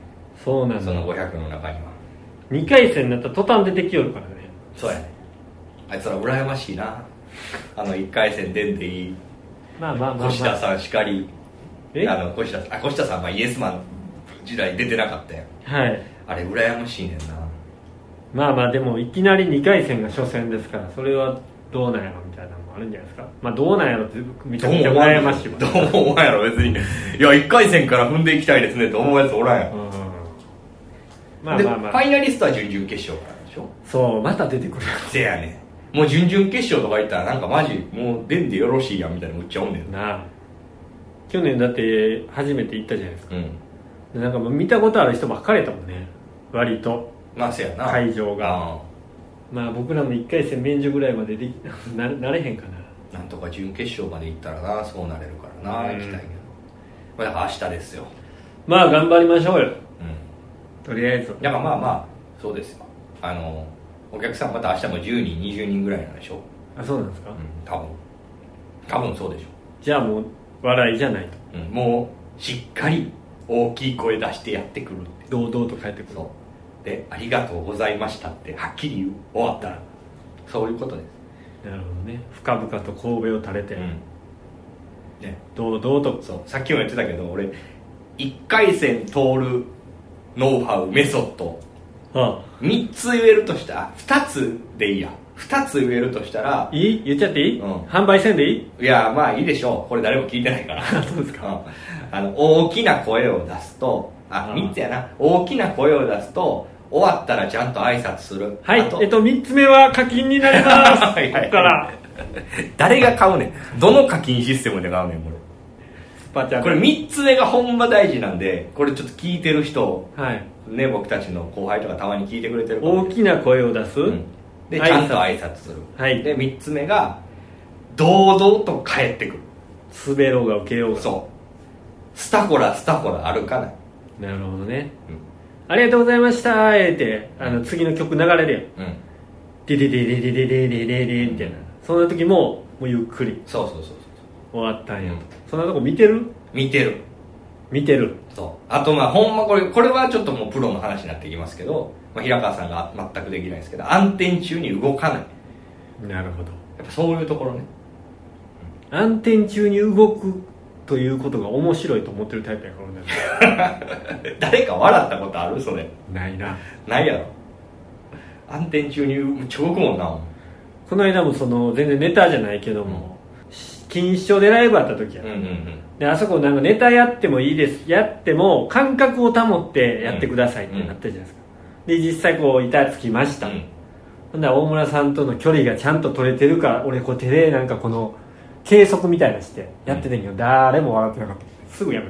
[SPEAKER 1] そうなん
[SPEAKER 2] そ
[SPEAKER 1] だ
[SPEAKER 2] の500の中には
[SPEAKER 1] 2回戦になったら途端出てきよるからね
[SPEAKER 2] そうやねあいつら羨ましいなあの1回戦出んでいい
[SPEAKER 1] まあまあまあ、
[SPEAKER 2] 越
[SPEAKER 1] ま
[SPEAKER 2] 田
[SPEAKER 1] あ、
[SPEAKER 2] さんしかり
[SPEAKER 1] え
[SPEAKER 2] あの越田さんあ越田さんはイエスマン時代出てなかったや
[SPEAKER 1] は
[SPEAKER 2] ん
[SPEAKER 1] い
[SPEAKER 2] あれ羨ましいねんな
[SPEAKER 1] まあまあでもいきなり2回戦が初戦ですからそれはどうなんやろみたいなのもあるんじゃないですかまあどうなんやろってめちゃめちゃ
[SPEAKER 2] わん
[SPEAKER 1] 羨ましいわ
[SPEAKER 2] どうもお前やろ別にいや1回戦から踏んでいきたいですねって思うやつおらんやん
[SPEAKER 1] うんまあ
[SPEAKER 2] で
[SPEAKER 1] まあま
[SPEAKER 2] フ
[SPEAKER 1] あ
[SPEAKER 2] ァイナリストは準々決勝からでしょ
[SPEAKER 1] そうまた出てくる
[SPEAKER 2] せやねんもう準々決勝とか行ったらなんかマジもう出んでよろしいやんみたいなむっちゃおんねんな
[SPEAKER 1] なあ去年だって初めて行ったじゃないですか
[SPEAKER 2] うん
[SPEAKER 1] でなんかもう見たことある人ばっかりやったもんね割と
[SPEAKER 2] まあせやな
[SPEAKER 1] 会場が
[SPEAKER 2] が
[SPEAKER 1] まあ僕らも1回戦免除ぐらいまでできななれへんかな
[SPEAKER 2] なんとか準決勝まで行ったらなそうなれるからな、
[SPEAKER 1] うん
[SPEAKER 2] 行きたいけど、まあ、だから明日ですよ、
[SPEAKER 1] まあ頑張りましょうよ
[SPEAKER 2] うん、
[SPEAKER 1] とりあえず
[SPEAKER 2] だからまあまあそうですよあのお客さんまた明日も10人20人ぐらいなんでしょう、
[SPEAKER 1] あそうなんですか
[SPEAKER 2] ん、多分多分そうでしょ
[SPEAKER 1] じゃあもう笑いじゃないと
[SPEAKER 2] う、うん、もうしっかり大きい声出してやってくるって
[SPEAKER 1] 堂々と帰ってくる
[SPEAKER 2] そうで「ありがとうございました」ってはっきり言う終わったらそういうことです、
[SPEAKER 1] なるほどね深々と神戸を垂れて、
[SPEAKER 2] ね、
[SPEAKER 1] 堂々と
[SPEAKER 2] そうさっきも言ってたけど俺1回戦通るノウハウメソッド
[SPEAKER 1] あ
[SPEAKER 2] 3つ言えるとしたら2つでいいや2つ言えるとしたら
[SPEAKER 1] あいい言っちゃっていい、
[SPEAKER 2] うん
[SPEAKER 1] 販売せんでいい
[SPEAKER 2] いやまあいいでしょうこれ誰も聞いてないから
[SPEAKER 1] あ そうですか
[SPEAKER 2] うんあの大きな声を出すとあ
[SPEAKER 1] あ
[SPEAKER 2] 3つやな大きな声を出すと終わったらちゃんと挨拶する
[SPEAKER 1] はい
[SPEAKER 2] あと
[SPEAKER 1] えっと3つ目は課金になります
[SPEAKER 2] はいはい
[SPEAKER 1] ここから
[SPEAKER 2] 誰が買うねんどの課金システムで買うねんこれ
[SPEAKER 1] スパチャ
[SPEAKER 2] これ3つ目がほんま大事なんでこれちょっと聞いてる人
[SPEAKER 1] はい
[SPEAKER 2] ね僕たちの後輩とかたまに聞いてくれてるから
[SPEAKER 1] 大きな声を出す、
[SPEAKER 2] うんでち
[SPEAKER 1] 挨拶
[SPEAKER 2] ゃんと挨拶する、
[SPEAKER 1] はい
[SPEAKER 2] で3つ目が堂々と帰ってくる
[SPEAKER 1] 滑ろうが受けようが
[SPEAKER 2] そうスタコラスタコラ歩かない、
[SPEAKER 1] なるほどね
[SPEAKER 2] うん
[SPEAKER 1] ありがとうございましたーってあの次の曲流れで
[SPEAKER 2] うん、
[SPEAKER 1] デデデデデデデデデデみたいなそんな時ももうゆっくり
[SPEAKER 2] そうそうそうそう
[SPEAKER 1] 終わったんやと、
[SPEAKER 2] うん
[SPEAKER 1] そんなとこ見てる
[SPEAKER 2] 見てる
[SPEAKER 1] 見てる
[SPEAKER 2] そうあとまあほんまこれこれはちょっともうプロの話になってきますけど、まあ、平川さんが全くできないですけど暗転中に動かないや
[SPEAKER 1] なるほど
[SPEAKER 2] っぱそういうところね
[SPEAKER 1] 暗転中に動くということが面白いと思ってるタイプやから俺
[SPEAKER 2] 誰か笑ったことあるそれ
[SPEAKER 1] ないな
[SPEAKER 2] ないやろ暗転中にむっちゃ動くもんな
[SPEAKER 1] この間もその全然ネタじゃないけども、錦糸町でライブあった時や、
[SPEAKER 2] うんうんうん
[SPEAKER 1] であそこなんかネタやってもいいですやっても感覚を保ってやってくださいってなったじゃないですか、で実際こう板つきました、
[SPEAKER 2] うん
[SPEAKER 1] ほんなら大村さんとの距離がちゃんと取れてるから俺こう手でなんかこの計測みたいなしてやってたんやけど、誰も笑ってなかったすぐやめ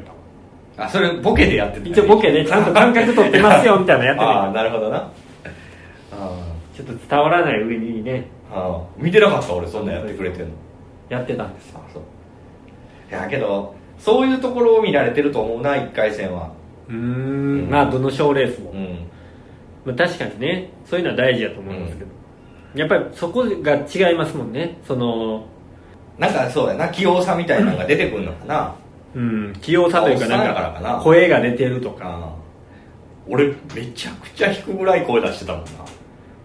[SPEAKER 1] た
[SPEAKER 2] あそれボケでやってた
[SPEAKER 1] 一応ボケでちゃんと感覚取ってますよみたいなのやってたんやけど
[SPEAKER 2] ああなるほどなあ
[SPEAKER 1] ちょっと伝わらない上にね
[SPEAKER 2] ーあー見てなかった俺そんなんやってくれてんの
[SPEAKER 1] やってたんです
[SPEAKER 2] あそういやけどそういうところを見られてると思うな1回戦は
[SPEAKER 1] うーんまあどの賞レースも、
[SPEAKER 2] うん
[SPEAKER 1] まあ、確かにねそういうのは大事だと思いますけど、やっぱりそこが違いますもんねその
[SPEAKER 2] なんかそうやな器用さみたいなのが出てくるのかな
[SPEAKER 1] うん器用さというか
[SPEAKER 2] おっさん
[SPEAKER 1] な
[SPEAKER 2] や
[SPEAKER 1] ん
[SPEAKER 2] からかな
[SPEAKER 1] か声が出てるとか
[SPEAKER 2] あー俺めちゃくちゃ低くらい声出してたもんな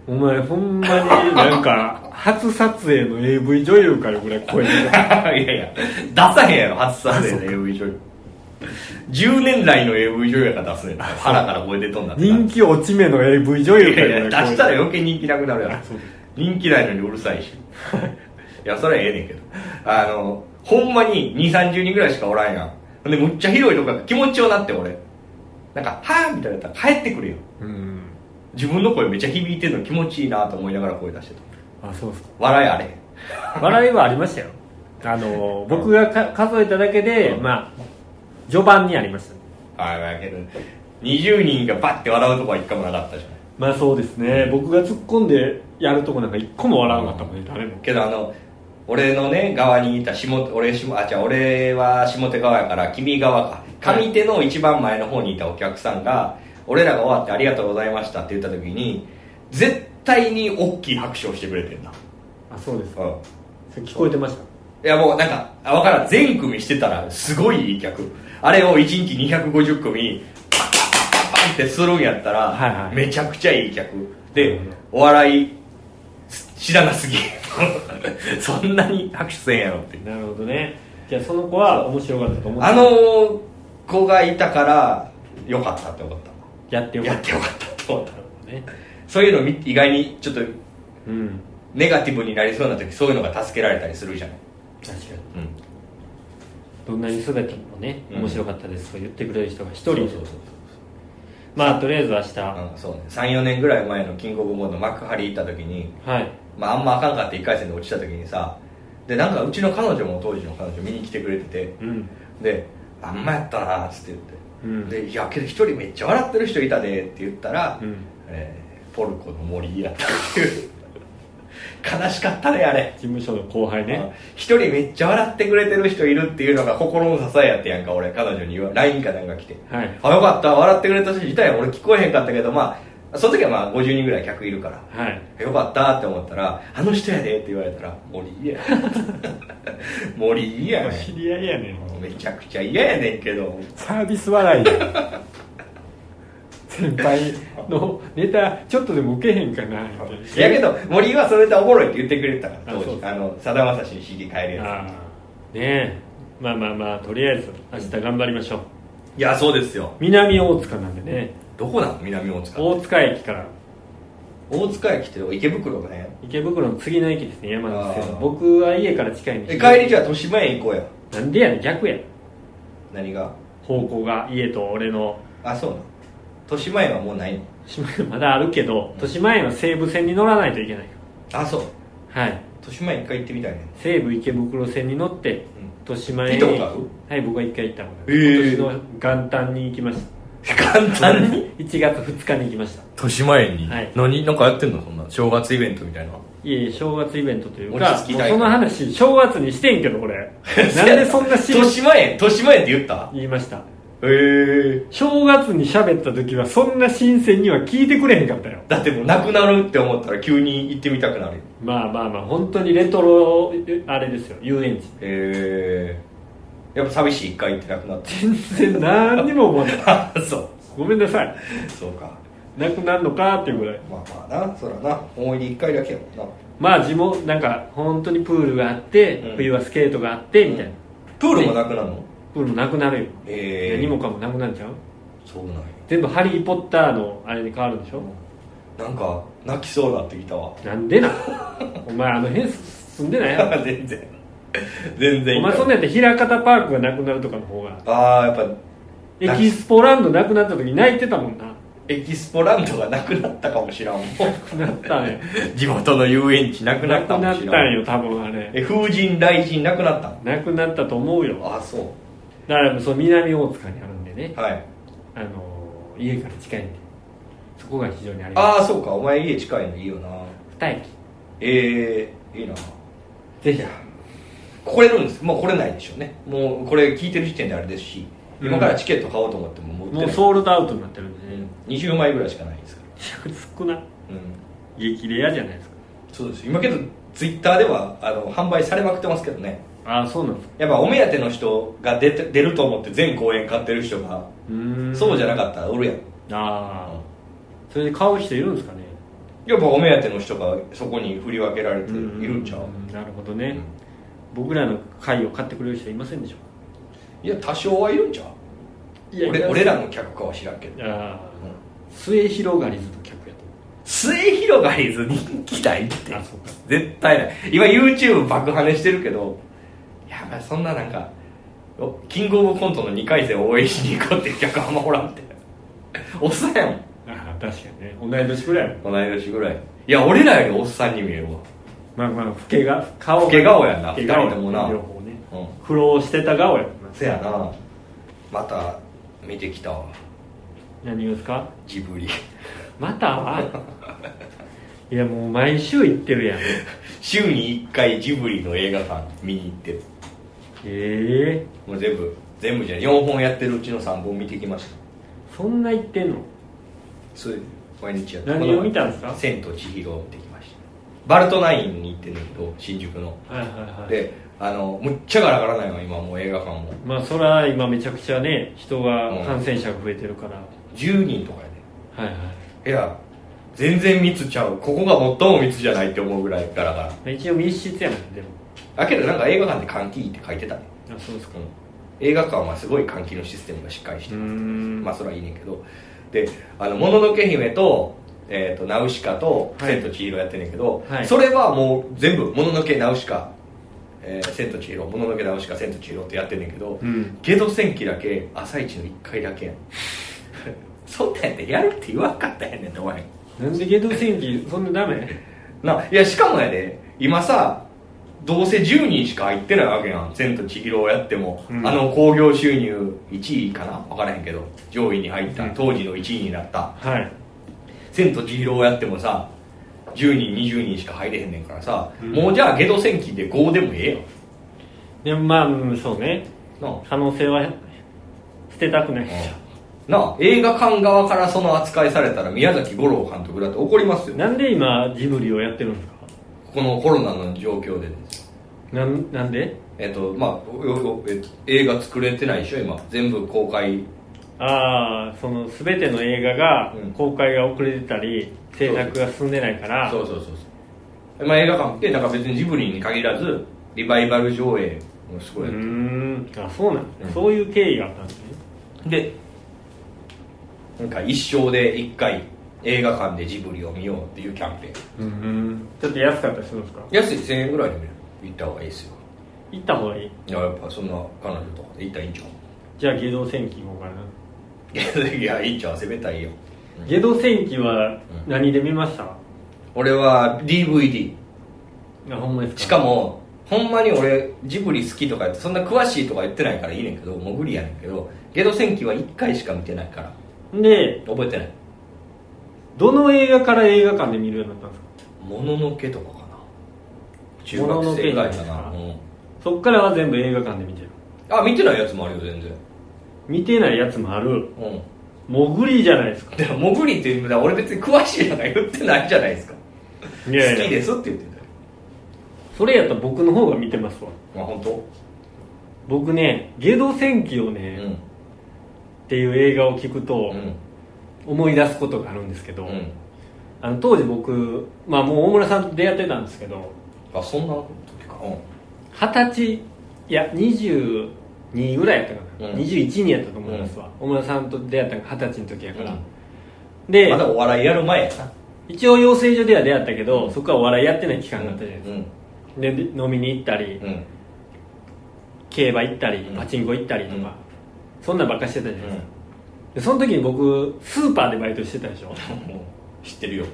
[SPEAKER 1] お前ほんまになんか 初撮影の AV 女優からぐらい声出
[SPEAKER 2] いやいや出さへんやろ初撮影の AV 女優10年来の AV 女優やから出すねん腹から声出とんだ
[SPEAKER 1] た
[SPEAKER 2] ったら
[SPEAKER 1] 人気落ち目の AV 女優
[SPEAKER 2] い
[SPEAKER 1] か
[SPEAKER 2] やいや
[SPEAKER 1] ら
[SPEAKER 2] 出
[SPEAKER 1] ぐらい声
[SPEAKER 2] したら余計人気なくなるやろ人気ないのにうるさいし いやそれはええねんけどあのほんまに2 3 0人ぐらいしかおらんやんほんでむっちゃ広いとこやから気持ちよなって俺なんか「はぁ」みたいなやったら帰ってくるよ
[SPEAKER 1] うん
[SPEAKER 2] 自分の声めっちゃ響いてるの気持ちいいなと思いながら声出してた
[SPEAKER 1] あそうですか
[SPEAKER 2] 笑いあれ
[SPEAKER 1] 笑いはありましたよあの僕がか数えただけで、
[SPEAKER 2] うん
[SPEAKER 1] まあ序盤にありましたね
[SPEAKER 2] ああけど20人がバッて笑うとこは一回もなかったじゃない
[SPEAKER 1] まあそうですね僕が突っ込んでやるとこなんか一個も笑わなかったもんね誰も
[SPEAKER 2] けどあの俺のね側にいた下手俺下あ違う俺は下手側やから君側か上手の一番前の方にいたお客さんが俺らが終わってありがとうございましたって言った時に絶対に大きい拍手をしてくれてんだ
[SPEAKER 1] あそうですか
[SPEAKER 2] うん
[SPEAKER 1] それ聞こえてました
[SPEAKER 2] いやもうなんかあ分からん全組してたらすごいいい客あれを1日250組パンパンパンパンってするんやったら、
[SPEAKER 1] はいはい
[SPEAKER 2] めちゃくちゃいい客
[SPEAKER 1] な
[SPEAKER 2] で
[SPEAKER 1] るほど
[SPEAKER 2] お笑いす知らなすぎ そんなに拍手せんやろって
[SPEAKER 1] なるほどねじゃあその子は面白かったと思って
[SPEAKER 2] あの子がいたからよかったって思っ
[SPEAKER 1] やってよ
[SPEAKER 2] たや
[SPEAKER 1] かっ
[SPEAKER 2] ってよかったって思った
[SPEAKER 1] たね
[SPEAKER 2] そういうの見意外にちょっと
[SPEAKER 1] うん
[SPEAKER 2] ネガティブになりそうな時そういうのが助けられたりするじゃない、
[SPEAKER 1] 確かに
[SPEAKER 2] うん、
[SPEAKER 1] どんなに育てもね
[SPEAKER 2] うん
[SPEAKER 1] 面白かったですと言ってくれる人が一人
[SPEAKER 2] そうそうそう
[SPEAKER 1] まあとりあえず明日、
[SPEAKER 2] うん、そうね34年ぐらい前のキングオブモンの幕張行った時に、
[SPEAKER 1] はい
[SPEAKER 2] まあ、あんまあかんかって1回戦で落ちた時にさでなんかうちの彼女も当時の彼女見に来てくれてて
[SPEAKER 1] うん
[SPEAKER 2] で「あんまやったな」っつって
[SPEAKER 1] う
[SPEAKER 2] 言っ
[SPEAKER 1] ん
[SPEAKER 2] て「でいやけど一人めっちゃ笑ってる人いたで」って言ったら、
[SPEAKER 1] うん
[SPEAKER 2] えーポルコの森やったっていう悲しかったねあれ
[SPEAKER 1] 事務所の後輩ね
[SPEAKER 2] 一人めっちゃ笑ってくれてる人いるっていうのが心の支えやってやんか俺彼女に言わ LINE かなんか来て
[SPEAKER 1] はい
[SPEAKER 2] あよかった笑ってくれた人自体は俺聞こえへんかったけどまあその時はまあ50人ぐらい客いるから
[SPEAKER 1] はい
[SPEAKER 2] よかったって思ったら「あの人やで」って言われたら「森 嫌や」森嫌やね
[SPEAKER 1] 知り合いやねん
[SPEAKER 2] んめちゃくちゃ嫌やねんけど
[SPEAKER 1] サービス笑いや先輩のネタちょっとでも受けへんかなみたい
[SPEAKER 2] いやけど森はそれでおもろいって言ってくれたから当
[SPEAKER 1] あそう
[SPEAKER 2] 時あのさだまさしに引き換えるや
[SPEAKER 1] なあーねえまあまあまあとりあえず明日頑張りましょう
[SPEAKER 2] ついやそうですよ
[SPEAKER 1] 南大塚なんでね
[SPEAKER 2] どこなの南大塚
[SPEAKER 1] 大塚駅から
[SPEAKER 2] 大塚駅って池袋がね
[SPEAKER 1] 池袋の次の駅ですね山手線
[SPEAKER 2] あー
[SPEAKER 1] 僕は家から近いんで
[SPEAKER 2] え帰りじゃあ豊島園行こうや
[SPEAKER 1] なんでやねん逆や
[SPEAKER 2] 何が
[SPEAKER 1] 方向が家と俺の
[SPEAKER 2] あそうなの豊島園はもうないの
[SPEAKER 1] 島根まだあるけど豊島園は西武線に乗らないといけないか
[SPEAKER 2] あそう
[SPEAKER 1] らはい
[SPEAKER 2] 豊島園一回行ってみた いね
[SPEAKER 1] 西武池袋線に乗って
[SPEAKER 2] うん
[SPEAKER 1] 豊島園
[SPEAKER 2] 行ったこと
[SPEAKER 1] はい僕は一回行ったことあ
[SPEAKER 2] へ
[SPEAKER 1] る
[SPEAKER 2] え
[SPEAKER 1] 今年の元旦に行きました
[SPEAKER 2] 簡単に
[SPEAKER 1] 1月2日に行きました
[SPEAKER 2] 豊島園に、
[SPEAKER 1] はい
[SPEAKER 2] 何なんかやってんのそんな正月イベントみたいない
[SPEAKER 1] えいえ正月イベントという
[SPEAKER 2] 落
[SPEAKER 1] か
[SPEAKER 2] ち着き
[SPEAKER 1] もう
[SPEAKER 2] たい
[SPEAKER 1] その話正月にしてんけど これなんでそんなし
[SPEAKER 2] 豊島園豊島園って言った
[SPEAKER 1] 言いました
[SPEAKER 2] へえ
[SPEAKER 1] 正月に喋った時はそんな新鮮には聞いてくれへんかったよ
[SPEAKER 2] だってもうなくなるって思ったら急に行ってみたくなるよ
[SPEAKER 1] まあまあまあ本当にレトロあれですよ遊園地
[SPEAKER 2] へえやっぱ寂しい一回行ってなくなって
[SPEAKER 1] 全然何にも思わない
[SPEAKER 2] あ そう
[SPEAKER 1] ごめんなさい
[SPEAKER 2] そうか
[SPEAKER 1] なくなるのかっていうぐらい
[SPEAKER 2] まあまあなそらな思い出一回だけやもんな
[SPEAKER 1] まあ地元なんか本当にプールがあって、
[SPEAKER 2] うん
[SPEAKER 1] 冬はスケートがあってみたいな、
[SPEAKER 2] うんプールもなくなるの
[SPEAKER 1] プールもなくなるよ、
[SPEAKER 2] ええ
[SPEAKER 1] 何もかもなくなっちゃう
[SPEAKER 2] そうなんや
[SPEAKER 1] 全部「ハリー・ポッター」のあれに変わるでしょ、
[SPEAKER 2] なんか泣きそうになってきたわ
[SPEAKER 1] なんでなお前あの辺住んでないやろ
[SPEAKER 2] 全然全然
[SPEAKER 1] お前そんなんやったら枚方パークがなくなるとかの方が
[SPEAKER 2] ああやっぱ
[SPEAKER 1] エキスポランドなくなった時泣いてたもんな
[SPEAKER 2] エキスポランドがなくなったかもしらんもん
[SPEAKER 1] なったね
[SPEAKER 2] 地元の遊園地なくな
[SPEAKER 1] な
[SPEAKER 2] っ
[SPEAKER 1] く
[SPEAKER 2] たか
[SPEAKER 1] な
[SPEAKER 2] も
[SPEAKER 1] っ
[SPEAKER 2] し
[SPEAKER 1] た
[SPEAKER 2] ら
[SPEAKER 1] ん
[SPEAKER 2] ん
[SPEAKER 1] よ多分あれ
[SPEAKER 2] え風神雷神なくなったん
[SPEAKER 1] なくなったと思うよ
[SPEAKER 2] あそ
[SPEAKER 1] だからそう南大塚にあるんでね
[SPEAKER 2] うはい
[SPEAKER 1] あのー家から近いんでそこが非常にありが
[SPEAKER 2] ああそうかお前家近いのいいよな
[SPEAKER 1] たい2駅
[SPEAKER 2] ええいいな
[SPEAKER 1] ぜひ
[SPEAKER 2] 来れるんですもう来れないでしょうねもうこれ聞いてる時点であれですし
[SPEAKER 1] うん
[SPEAKER 2] 今からチケット買おうと思ってももう売って
[SPEAKER 1] も
[SPEAKER 2] な
[SPEAKER 1] う
[SPEAKER 2] い
[SPEAKER 1] ソールドアウトになってるんでね
[SPEAKER 2] 20枚ぐらいしかないですから
[SPEAKER 1] 少な
[SPEAKER 2] うん
[SPEAKER 1] 激レアじゃないですか
[SPEAKER 2] そうです今けどツイッターではあの販売されまくってますけどね
[SPEAKER 1] ああそうなんですか
[SPEAKER 2] やっぱお目当ての人が出て出ると思って全公演買ってる人が
[SPEAKER 1] うーん
[SPEAKER 2] そうじゃ
[SPEAKER 1] ゃ
[SPEAKER 2] なかったら売るやん
[SPEAKER 1] ああそれで買う人いるんですかね
[SPEAKER 2] やっぱお目当ての人がそこに振り分けられているんちゃう、
[SPEAKER 1] なるほどね、僕らの会を買ってくれる人いませんでしょ
[SPEAKER 2] いや多少はいるんちゃう
[SPEAKER 1] いや
[SPEAKER 2] 俺
[SPEAKER 1] いや
[SPEAKER 2] 俺らの客かは知らんけど、
[SPEAKER 1] うああ末広がりずの客やと
[SPEAKER 2] 末広がりず人気ないって
[SPEAKER 1] あそうか
[SPEAKER 2] 絶対ない今 YouTube 爆跳ねしてるけどいやまあそんななんかおキングオブコントの2回戦を応援しに行こうっていう客あんまおらんっておっさんやもん
[SPEAKER 1] ああ確かにね同い年ぐらいやもん
[SPEAKER 2] 同い年ぐらいいや俺らよりおっさんに見えるわ
[SPEAKER 1] まあまあ老けが顔が
[SPEAKER 2] 老け顔やんな
[SPEAKER 1] 老け顔
[SPEAKER 2] 二人ともな
[SPEAKER 1] 両方ね
[SPEAKER 2] うん
[SPEAKER 1] 苦労してた顔やもんな
[SPEAKER 2] せやなまた見てきたわ
[SPEAKER 1] 何言うんですか
[SPEAKER 2] ジブリ
[SPEAKER 1] ま たいやもう毎週行ってる やんえ
[SPEAKER 2] 週に1回ジブリの映画館見に行ってる
[SPEAKER 1] え
[SPEAKER 2] もう全部全部じゃない4本やってるうちの3本見てきました
[SPEAKER 1] そんな行ってんの
[SPEAKER 2] そういう毎日やって
[SPEAKER 1] 何を見たんですか
[SPEAKER 2] 千と千尋を見てきましたバルトナインに行ってんだけど新宿の
[SPEAKER 1] はいはいはい
[SPEAKER 2] であのむっちゃガラガラなんよ今もう映画館も
[SPEAKER 1] まあそら今めちゃくちゃね人が感染者が増えてるから、
[SPEAKER 2] 10人とかや
[SPEAKER 1] はいは
[SPEAKER 2] でいや全然密ちゃうここが最も密じゃないって思うぐらいガラガラ
[SPEAKER 1] い一応密室やもんでも
[SPEAKER 2] だけどなんか映画館で換気って書いてたね、
[SPEAKER 1] あそうですか
[SPEAKER 2] うん、映画館はすごい換気のシステムがしっかりして
[SPEAKER 1] うー
[SPEAKER 2] る
[SPEAKER 1] ん
[SPEAKER 2] まあそれはいいねんけどで「あのもののけ姫」と「えー、とナウシカ」と「
[SPEAKER 1] はい
[SPEAKER 2] 千と千尋」やってんねんけど、
[SPEAKER 1] はい
[SPEAKER 2] それはもう全部「もののけナウシカ」えー千と千尋」「もののけナウシカ」「千と千尋」ってやってんねんけど、
[SPEAKER 1] うん
[SPEAKER 2] ゲド戦記だけ朝一の1回だけやん そんなんやってやるって言わんかったやんねんってお前
[SPEAKER 1] なんでゲド戦記そんなダメ
[SPEAKER 2] ないやしかもやで今さどうせ10人しか入ってないわけやん「千と千尋」をやっても、
[SPEAKER 1] うん
[SPEAKER 2] あの興行収入1位かな分からへんけど上位に入った、
[SPEAKER 1] うん
[SPEAKER 2] 当時の1位になった
[SPEAKER 1] はい
[SPEAKER 2] 「千と千尋」をやってもさ10人20人しか入れへんねんからさ、
[SPEAKER 1] うん
[SPEAKER 2] もうじゃあゲド戦記で5でもええよ
[SPEAKER 1] でもまあうんそうね
[SPEAKER 2] なあ
[SPEAKER 1] 可能性は捨てたくないでし
[SPEAKER 2] なあ映画館側からその扱いされたら宮崎吾郎監督だって怒ります
[SPEAKER 1] ょ
[SPEAKER 2] よ
[SPEAKER 1] なんで今ジブリをやってるんですか
[SPEAKER 2] このコロナの状況でです
[SPEAKER 1] な
[SPEAKER 2] よ
[SPEAKER 1] んなんで
[SPEAKER 2] えっとまあおおえっと映画作れてないでしょ今全部公開
[SPEAKER 1] ああその全ての映画が
[SPEAKER 2] うん
[SPEAKER 1] 公開が遅れてたり制作が進んでないから
[SPEAKER 2] そうそうそうそう、まあ、映画館ってなんか別にジブリに限らずリバイバル上映もすごい、
[SPEAKER 1] うーんあそうなんですね
[SPEAKER 2] うん
[SPEAKER 1] そういう経緯があったんですね
[SPEAKER 2] でなんか一生で1回映画館でジブリを見ようっていうキャンペー
[SPEAKER 1] う
[SPEAKER 2] ン
[SPEAKER 1] んちょっと安かったりするんですか
[SPEAKER 2] 安い1000円ぐらいで見る行った方がいいですよ
[SPEAKER 1] 行った方がいい
[SPEAKER 2] いややっぱそんな彼女とかで行ったらいいんちゃ
[SPEAKER 1] じゃあ下道戦記行こうかな
[SPEAKER 2] ういやいいんちゃう攻めたいよ
[SPEAKER 1] 下道戦記は何で見ました、
[SPEAKER 2] 俺は DVD
[SPEAKER 1] あほんまですか
[SPEAKER 2] しかもほんまに俺ジブリ好きとか言ってそんな詳しいとか言ってないからいいねんけどもう無理やねんけどゲド戦記は1回しか見てないから
[SPEAKER 1] で
[SPEAKER 2] 覚えてない
[SPEAKER 1] どの映画から映画館で見るようになったんですか
[SPEAKER 2] もののけとかかな中学生ぐらいかな
[SPEAKER 1] もののけ
[SPEAKER 2] うん
[SPEAKER 1] そっからは全部映画館で見てる
[SPEAKER 2] あ見てないやつもあるよ全然
[SPEAKER 1] 見てないやつもある
[SPEAKER 2] うん
[SPEAKER 1] 潜りじゃないですか
[SPEAKER 2] でも潜りっていう意味では俺別に詳しいなんか言ってないじゃないですか
[SPEAKER 1] いやいや
[SPEAKER 2] 好きですって言ってたよ
[SPEAKER 1] それやったら僕の方が見てますわ
[SPEAKER 2] まあ本当
[SPEAKER 1] 僕ね「下道戦記」をね、
[SPEAKER 2] うん
[SPEAKER 1] っていう映画を聞く
[SPEAKER 2] う
[SPEAKER 1] と
[SPEAKER 2] ん
[SPEAKER 1] 思い出すことがあるんですけど、
[SPEAKER 2] うん
[SPEAKER 1] あの当時僕、まあ、もう大村さんと出会ってたんですけど
[SPEAKER 2] あそんな時か
[SPEAKER 1] 二十歳いや22ぐらいやったかな、
[SPEAKER 2] うん
[SPEAKER 1] 21にやったと思いますわ、大村さんと出会ったのが二十歳の時やから、
[SPEAKER 2] うんうん
[SPEAKER 1] で、
[SPEAKER 2] まだお笑いやる前やな
[SPEAKER 1] 一応養成所では出会ったけどそこはお笑いやってない期間があったじゃないです
[SPEAKER 2] う
[SPEAKER 1] か、
[SPEAKER 2] ん
[SPEAKER 1] でで飲みに行ったり、
[SPEAKER 2] うん
[SPEAKER 1] 競馬行ったり
[SPEAKER 2] うん
[SPEAKER 1] パチンコ行ったりとか、
[SPEAKER 2] うん
[SPEAKER 1] そんなんばっかしてたじゃないですか、でその時に僕スーパーでバイトしてたでしょ
[SPEAKER 2] もう知ってるよ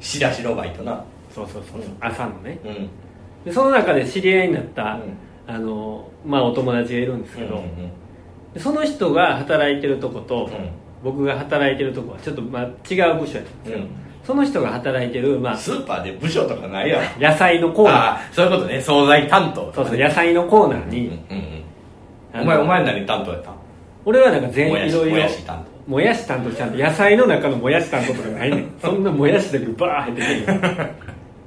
[SPEAKER 2] 仕出しのバイトな
[SPEAKER 1] そうそうそう、
[SPEAKER 2] うん
[SPEAKER 1] 朝のね
[SPEAKER 2] うん
[SPEAKER 1] でその中で知り合いになった、
[SPEAKER 2] うん
[SPEAKER 1] あのまあお友達がいるんです
[SPEAKER 2] う
[SPEAKER 1] け
[SPEAKER 2] んう
[SPEAKER 1] ど、
[SPEAKER 2] ん
[SPEAKER 1] でその人が働いてるとこと、
[SPEAKER 2] うん
[SPEAKER 1] 僕が働いてるとこはちょっと、まあ、違う部署やったんですけど、
[SPEAKER 2] うん
[SPEAKER 1] その人が働いてる、まあ、
[SPEAKER 2] スーパーで部署とかないやろ
[SPEAKER 1] 野菜のコーナー
[SPEAKER 2] ああそういうことね惣菜担当
[SPEAKER 1] そうそう野菜のコーナー
[SPEAKER 2] うん
[SPEAKER 1] に、
[SPEAKER 2] うん
[SPEAKER 1] あ
[SPEAKER 2] お
[SPEAKER 1] の
[SPEAKER 2] 前お前何担当やったん
[SPEAKER 1] 俺はなんか全
[SPEAKER 2] もや
[SPEAKER 1] い
[SPEAKER 2] し
[SPEAKER 1] ろい
[SPEAKER 2] も
[SPEAKER 1] ろ
[SPEAKER 2] やし担
[SPEAKER 1] もやし担当ちゃんと野菜の中のもやし担当とかないね んそんなもやしだけバー入ってくるよ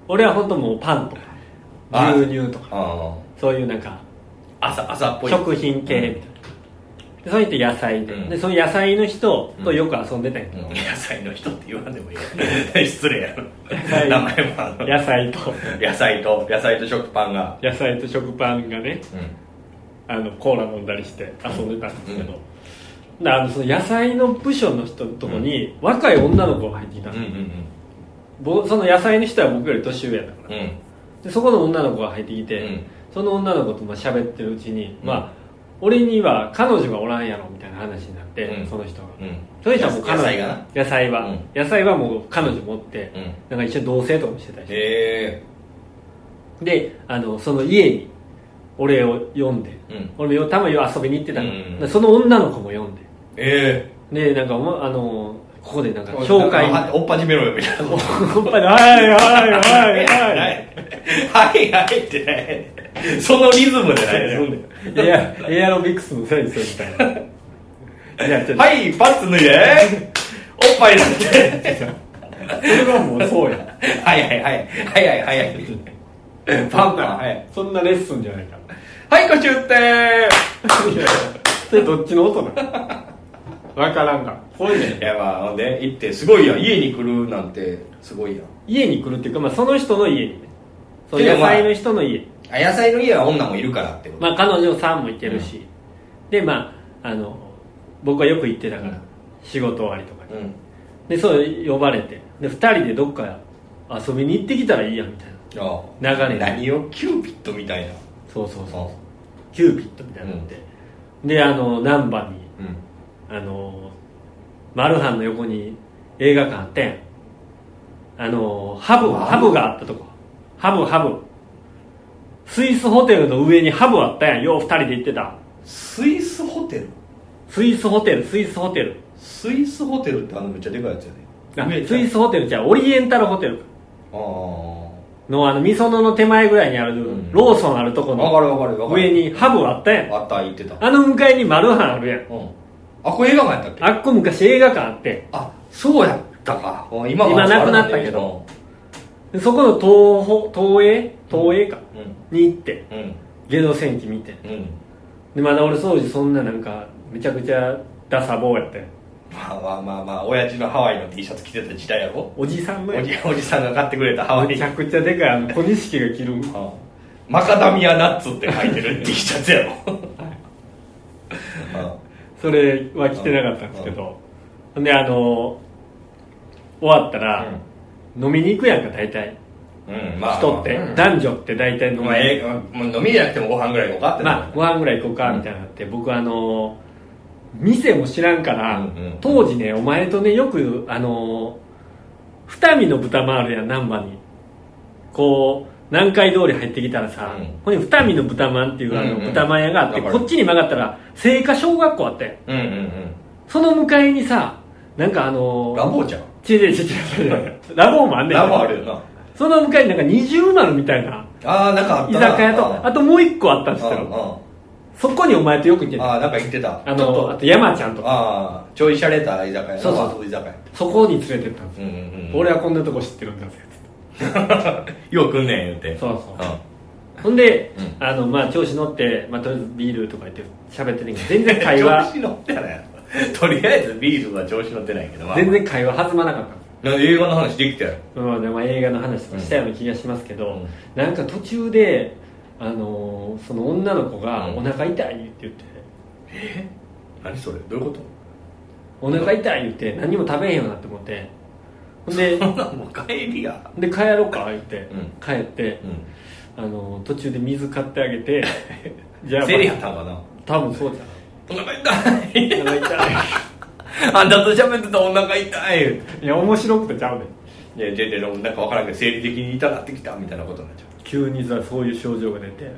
[SPEAKER 1] 俺は本当もうパンとか
[SPEAKER 2] あ
[SPEAKER 1] 牛乳とか
[SPEAKER 2] 当あ
[SPEAKER 1] そういうなんか
[SPEAKER 2] あ朝朝っぽい
[SPEAKER 1] 食品系みたいな、でその人野菜で,、
[SPEAKER 2] うん
[SPEAKER 1] でその野菜の人とよく遊んでたんやけど、
[SPEAKER 2] 野菜の人って言わんでもいいや 失礼やろ
[SPEAKER 1] 菜
[SPEAKER 2] 名前もあの
[SPEAKER 1] 野菜と
[SPEAKER 2] 野菜と野菜と食パンが
[SPEAKER 1] 野菜と食パンがねあのコーラ飲んだりして遊んでたんですけど、であのその野菜の部署の人のとこに若い女の子が入ってきた
[SPEAKER 2] う
[SPEAKER 1] の
[SPEAKER 2] んうん
[SPEAKER 1] ぼその野菜の人は僕より年上やったから、
[SPEAKER 2] うんうん
[SPEAKER 1] でそこの女の子が入ってきて、
[SPEAKER 2] うん
[SPEAKER 1] その女の子とまあ喋ってるうちに、
[SPEAKER 2] うん
[SPEAKER 1] まあ俺には彼女がおらんやろみたいな話になって、
[SPEAKER 2] うん
[SPEAKER 1] その人が、
[SPEAKER 2] うん
[SPEAKER 1] その人はもう彼女
[SPEAKER 2] 野菜がな
[SPEAKER 1] 野菜は、
[SPEAKER 2] うん
[SPEAKER 1] 野菜はもう彼女持って、
[SPEAKER 2] うん
[SPEAKER 1] なんか一緒に同棲とかもしてたりして
[SPEAKER 2] へ
[SPEAKER 1] であのその家に俺を呼んで、
[SPEAKER 2] うん
[SPEAKER 1] 俺もたまに遊びに行ってたから、
[SPEAKER 2] うん
[SPEAKER 1] でその女の子も呼んで
[SPEAKER 2] ええ
[SPEAKER 1] でなんかおもあのここでなん
[SPEAKER 2] え
[SPEAKER 1] か紹介
[SPEAKER 2] なんかおっぱじめろよみたいな
[SPEAKER 1] おっぱいで「はいはいはい
[SPEAKER 2] は
[SPEAKER 1] はい」
[SPEAKER 2] いはいってないそのリズムでない
[SPEAKER 1] そうだよエアエアロビクスのせいにするみたい な。いや、ちょっと、
[SPEAKER 2] はいパンツ脱いでおっぱいだって
[SPEAKER 1] それはもうそうや。
[SPEAKER 2] はいはいはいはいはいはいパンパンはい
[SPEAKER 1] そんなレッスンじゃないから。
[SPEAKER 2] はいこっち打って
[SPEAKER 1] それどっちの音なのわからんが。そういう
[SPEAKER 2] いやまあほんで行ってすごいやん家に来るなんてすごいやん
[SPEAKER 1] 家に来るっていうか、まあその人の家にね。その
[SPEAKER 2] け
[SPEAKER 1] 野
[SPEAKER 2] どまあ
[SPEAKER 1] 菜の人の家。
[SPEAKER 2] あ野菜の家は女もいるからってこと、
[SPEAKER 1] まあ彼女さんも行ってるし。で、まあ、あの、僕はよく行ってたか
[SPEAKER 2] うん
[SPEAKER 1] ら、仕事終わりとかに。
[SPEAKER 2] うん
[SPEAKER 1] で、そう呼ばれて。で、二人でどっか遊びに行ってきたらいいやん、みたいな。
[SPEAKER 2] あ
[SPEAKER 1] 長年
[SPEAKER 2] 何をキューピッドみたいな
[SPEAKER 1] そうそうそう。
[SPEAKER 2] そ
[SPEAKER 1] キューピットみたいなのって。で、あの、難波に。
[SPEAKER 2] ううん
[SPEAKER 1] あのマルハンの横に映画館あってんあのハブ
[SPEAKER 2] あ
[SPEAKER 1] ハブがあったとこハブハブスイスホテルの上にハブあったやんよう二人で行ってた
[SPEAKER 2] スイスホテル
[SPEAKER 1] スイスホテルスイスホテル
[SPEAKER 2] スイスホテルってあのめっちゃでかいやつやね
[SPEAKER 1] あ
[SPEAKER 2] 上
[SPEAKER 1] スイスホテルじゃうオリエンタルホテル
[SPEAKER 2] ああ
[SPEAKER 1] のあのみそのの手前ぐらいにある、
[SPEAKER 2] ん
[SPEAKER 1] ローソンあるとこ
[SPEAKER 2] わか
[SPEAKER 1] の
[SPEAKER 2] るわかるわかる
[SPEAKER 1] 上にハブあったやん
[SPEAKER 2] あった言ってた
[SPEAKER 1] あの向かいにマルハンあるやん
[SPEAKER 2] うんあこれ映画館やったっけ
[SPEAKER 1] あっこ昔映画館あってん
[SPEAKER 2] あそうやったかうん今は
[SPEAKER 1] 今なくなったけどでそこの東宝東映東映か、
[SPEAKER 2] うん
[SPEAKER 1] に行って
[SPEAKER 2] うん
[SPEAKER 1] ゲド戦記見て
[SPEAKER 2] うん
[SPEAKER 1] でまだ俺当時そんななんかめちゃくちゃダサ坊やって
[SPEAKER 2] まあまあまあまあ親父のハワイの T シャツ着てた時代やろ
[SPEAKER 1] おじさんの
[SPEAKER 2] お
[SPEAKER 1] や
[SPEAKER 2] じおじさんが買ってくれたハワイ
[SPEAKER 1] めちゃくちゃでかいあの小錦が着る
[SPEAKER 2] あマカダミアナッツって書いて る T シャツやろあ
[SPEAKER 1] それは着てなかったんですけどほんであの終わったら、飲みに行くやんか大体
[SPEAKER 2] うんまあ
[SPEAKER 1] 人って、
[SPEAKER 2] うん
[SPEAKER 1] 男女って大体飲みに
[SPEAKER 2] まあええもう飲みじゃなくてもご飯ぐらい行こうかってな
[SPEAKER 1] まあご飯ぐらい行こうかみたいになって、僕あの店も知らんから、
[SPEAKER 2] うんうん
[SPEAKER 1] 当時ねお前とねよくあの二見の豚回るやん難波にこう南海通り入ってきたらさ、
[SPEAKER 2] うん
[SPEAKER 1] ここに二見の豚まんっていうあの
[SPEAKER 2] うんうん
[SPEAKER 1] 豚まん屋があって、
[SPEAKER 2] わかる
[SPEAKER 1] こっちに曲がったら青果小学校あったよ
[SPEAKER 2] うんうん
[SPEAKER 1] その向かいにさなんかあ
[SPEAKER 2] うん
[SPEAKER 1] の
[SPEAKER 2] ラボーちゃん
[SPEAKER 1] 違う違う違う違う違うラボーもあんねん
[SPEAKER 2] ラボーあるよな
[SPEAKER 1] その向かいになんか二重丸みたいな
[SPEAKER 2] ああなんかあっ
[SPEAKER 1] 居
[SPEAKER 2] たな
[SPEAKER 1] 酒屋とあともう一個あったんです
[SPEAKER 2] うんうん
[SPEAKER 1] よそこにお前とよく行ってた
[SPEAKER 2] ああなんか言ってた
[SPEAKER 1] あ
[SPEAKER 2] ちょっと
[SPEAKER 1] の、あと山ちゃんとか、
[SPEAKER 2] ああちょいしゃれた居酒屋
[SPEAKER 1] そうそう
[SPEAKER 2] あ居酒屋
[SPEAKER 1] そこに連れてったんです
[SPEAKER 2] う
[SPEAKER 1] よ。
[SPEAKER 2] んうんうん
[SPEAKER 1] 俺はこんなとこ知ってるんだぜ、つっ
[SPEAKER 2] よう来んねん言うて
[SPEAKER 1] て。そうそう。
[SPEAKER 2] う
[SPEAKER 1] ほんで、
[SPEAKER 2] う
[SPEAKER 1] あの、まあ調子乗って、まあとりあえずビールとか言って喋ってんねんけど、全
[SPEAKER 2] ん
[SPEAKER 1] 然会話
[SPEAKER 2] 調、子乗ってないとりあえずビールは調子乗ってないけど、まあ、
[SPEAKER 1] 全然会話弾まなかったんですよ
[SPEAKER 2] なんで映画の話できたよ
[SPEAKER 1] まあまあ映画の話とかしたような気がしますけ
[SPEAKER 2] う
[SPEAKER 1] ど
[SPEAKER 2] ん、
[SPEAKER 1] なんか途中で、あのーその女の子が
[SPEAKER 2] うん
[SPEAKER 1] お腹痛いって言って、
[SPEAKER 2] 何それどういうこと
[SPEAKER 1] お腹痛い言って何も食べへんよなって思って、ほん で、
[SPEAKER 2] そんなんもう帰りや
[SPEAKER 1] で帰ろうか言って
[SPEAKER 2] うん、
[SPEAKER 1] 帰って、
[SPEAKER 2] うん
[SPEAKER 1] あのー途中で水買ってあげ て、じ
[SPEAKER 2] セリやったんかな
[SPEAKER 1] 多分そうじゃない
[SPEAKER 2] お腹痛 い
[SPEAKER 1] お腹痛
[SPEAKER 2] あんたと喋ってたらお腹痛いい
[SPEAKER 1] いいや面白くてちゃうねん
[SPEAKER 2] や全然なんか分からんけど生理的に痛なってきたみたいなことになっちゃう
[SPEAKER 1] 急にさそういう症状が出て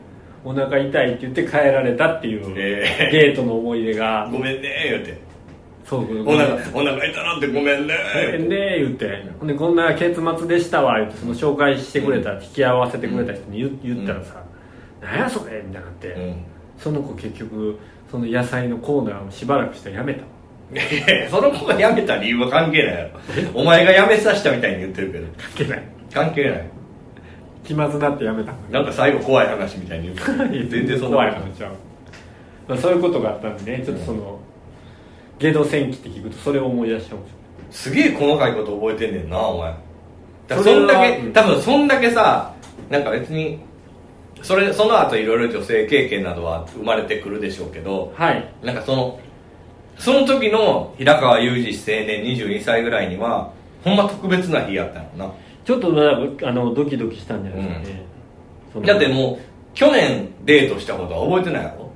[SPEAKER 1] お腹痛いって言って帰られたっていう、
[SPEAKER 2] ええ
[SPEAKER 1] デートの思い出が
[SPEAKER 2] ごめんね言うて
[SPEAKER 1] そう
[SPEAKER 2] お腹お腹痛なってごめんね
[SPEAKER 1] ごめんね言ってほんでこんな結末でしたわ言ってその紹介してくれた、引き合わせてくれた人に言,、言ったらさ「なんやそれ」みたいになって、
[SPEAKER 2] うん
[SPEAKER 1] その子結局その野菜のコーナーをしばらくしてやめたわ
[SPEAKER 2] いやいやその子が辞めた理由は関係ないやろお前が辞めさせたみたいに言ってるけど
[SPEAKER 1] 関係ない
[SPEAKER 2] 関係ない
[SPEAKER 1] 気まずなってやめたんだ
[SPEAKER 2] なんか最後怖い話みたいに言って
[SPEAKER 1] けど
[SPEAKER 2] る全然そんな
[SPEAKER 1] 怖い
[SPEAKER 2] こと
[SPEAKER 1] 話ちゃうまあ、そういうことがあったんでねちょっとその、ゲド戦記って聞くとそれを思い出してほしい
[SPEAKER 2] すげえ細かいこと覚えてんねんなお前だから
[SPEAKER 1] それは
[SPEAKER 2] そんだけ
[SPEAKER 1] うん
[SPEAKER 2] 多分そんだけさなんか別にそれその後いろいろ女性経験などは生まれてくるでしょうけど
[SPEAKER 1] はい
[SPEAKER 2] なんかそのその時の平川雄二青年22歳ぐらいにはほんま特別な日やったの
[SPEAKER 1] ちょっとなんかあのドキドキしたんじゃないですかね、その
[SPEAKER 2] なだってもう去年デートしたことは覚えてないやろ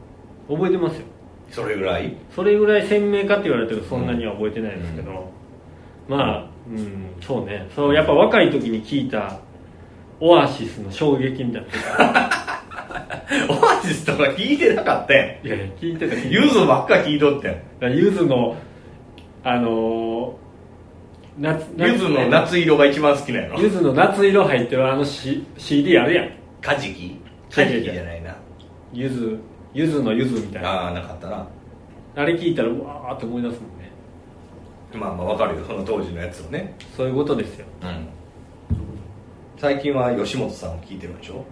[SPEAKER 1] 覚えてますよ
[SPEAKER 2] それぐらい
[SPEAKER 1] それぐらい鮮明かって言われてるとそんなには覚えてないですけど、まあ、うん、そうねそうやっぱ若い時に聞いたオアシスの衝撃みたいな
[SPEAKER 2] オアシスとか聞いてなかったやん
[SPEAKER 1] いやいや聞いてた聞いてた
[SPEAKER 2] ユズばっか聞いとって ん
[SPEAKER 1] だからゆずのあのー夏
[SPEAKER 2] ゆずの夏色が一番好きなんやろ
[SPEAKER 1] ゆずの夏色入ってるあの、C、CD あるやん
[SPEAKER 2] カジキ
[SPEAKER 1] カ
[SPEAKER 2] カ
[SPEAKER 1] ジ
[SPEAKER 2] ジ
[SPEAKER 1] キ
[SPEAKER 2] キ
[SPEAKER 1] じ
[SPEAKER 2] じ
[SPEAKER 1] ゃ
[SPEAKER 2] ゃないな
[SPEAKER 1] ゆずゆずのゆずみたいなあ
[SPEAKER 2] ああなかったな
[SPEAKER 1] れ聞いたらうわーって思い出すもんね
[SPEAKER 2] まあまあわかるよその当時のやつをね
[SPEAKER 1] そういうことですよ
[SPEAKER 2] うん最近は吉本さんを聞いてるんでしょ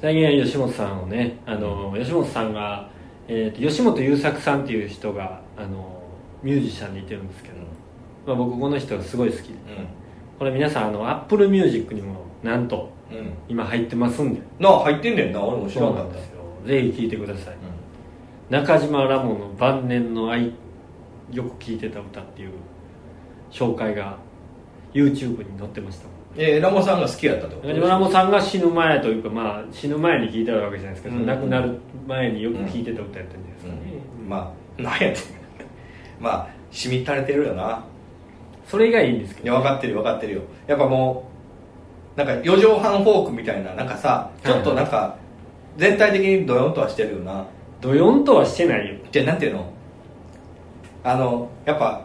[SPEAKER 1] 最近は吉本さんをねあの吉本さんが、えーと吉本優作さんっていう人があのミュージシャンにいてるんですけど、まあ、僕この人がすごい好きで
[SPEAKER 2] う
[SPEAKER 1] これ皆さんあの Apple Music にもなんと
[SPEAKER 2] んうん
[SPEAKER 1] 今入ってますんで
[SPEAKER 2] なあ入ってんねんな俺も知ら
[SPEAKER 1] そ
[SPEAKER 2] ん
[SPEAKER 1] う
[SPEAKER 2] か
[SPEAKER 1] なん
[SPEAKER 2] った
[SPEAKER 1] ですよぜひ聴いてください中島ラモの晩年の愛よく聴いてた歌っていう紹介が YouTube に載ってましたもん
[SPEAKER 2] うんえーラモさんが好きやったってこと
[SPEAKER 1] 中島ラモさんが死ぬ前というか、まあ、死ぬ前に聴いてたわけじゃないですけど、
[SPEAKER 2] うん
[SPEAKER 1] 亡くなる前によく聴いてた歌やったんじゃないですかね、
[SPEAKER 2] うんまあなんやねん まあしみったれてるよな
[SPEAKER 1] それ以外いいんですけ
[SPEAKER 2] い
[SPEAKER 1] ど
[SPEAKER 2] や分かってる分かってるよやっぱもうなんか四畳半フォークみたいななんかさちょっとなんか全体的にドヨンとはしてるよな
[SPEAKER 1] ドヨンとはしてないよ
[SPEAKER 2] じゃあなんていうのあのやっぱ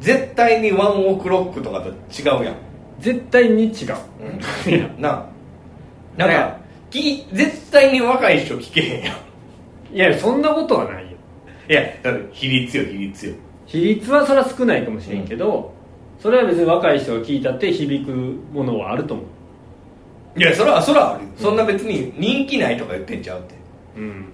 [SPEAKER 2] 絶対にワンオクロックとかと違うやん、
[SPEAKER 1] 絶対に違う、 いや
[SPEAKER 2] なあなんかき絶対に若い人聞けへんやん
[SPEAKER 1] いやそんなことはないよ
[SPEAKER 2] いやだって比率よ比率よ
[SPEAKER 1] 比率はそれは少ないかもしれんけど、それは別に若い人が聴いたって響くものはあると思う
[SPEAKER 2] いやそれはそれはあるよそんな別に人気ないとか言ってんちゃうって、
[SPEAKER 1] うん
[SPEAKER 2] うん、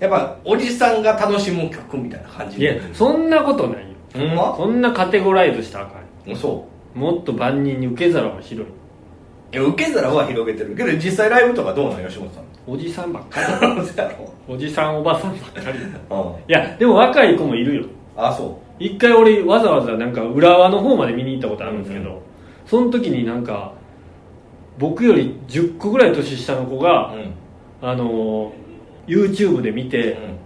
[SPEAKER 2] やっぱおじさんが楽しむ曲みたいな感じ
[SPEAKER 1] いやそんなことないよ
[SPEAKER 2] ほんま
[SPEAKER 1] そんなカテゴライズしたらあかんよ
[SPEAKER 2] そう
[SPEAKER 1] もっと万人に受け皿は広い
[SPEAKER 2] いや受け皿は広げてるけど実際ライブとかどうなん吉本さん
[SPEAKER 1] おじさんばっか
[SPEAKER 2] そうやろ
[SPEAKER 1] りおじさんおばさんばっかりい
[SPEAKER 2] うん
[SPEAKER 1] やでも若い子もいるよ
[SPEAKER 2] あそ
[SPEAKER 1] 一回俺わざわざなんか浦和の方まで見に行ったことあるんですけど、
[SPEAKER 2] うん
[SPEAKER 1] その時になんか僕より10個ぐらい年下の子
[SPEAKER 2] う
[SPEAKER 1] が、
[SPEAKER 2] ん
[SPEAKER 1] あのー YouTube で見て、
[SPEAKER 2] うん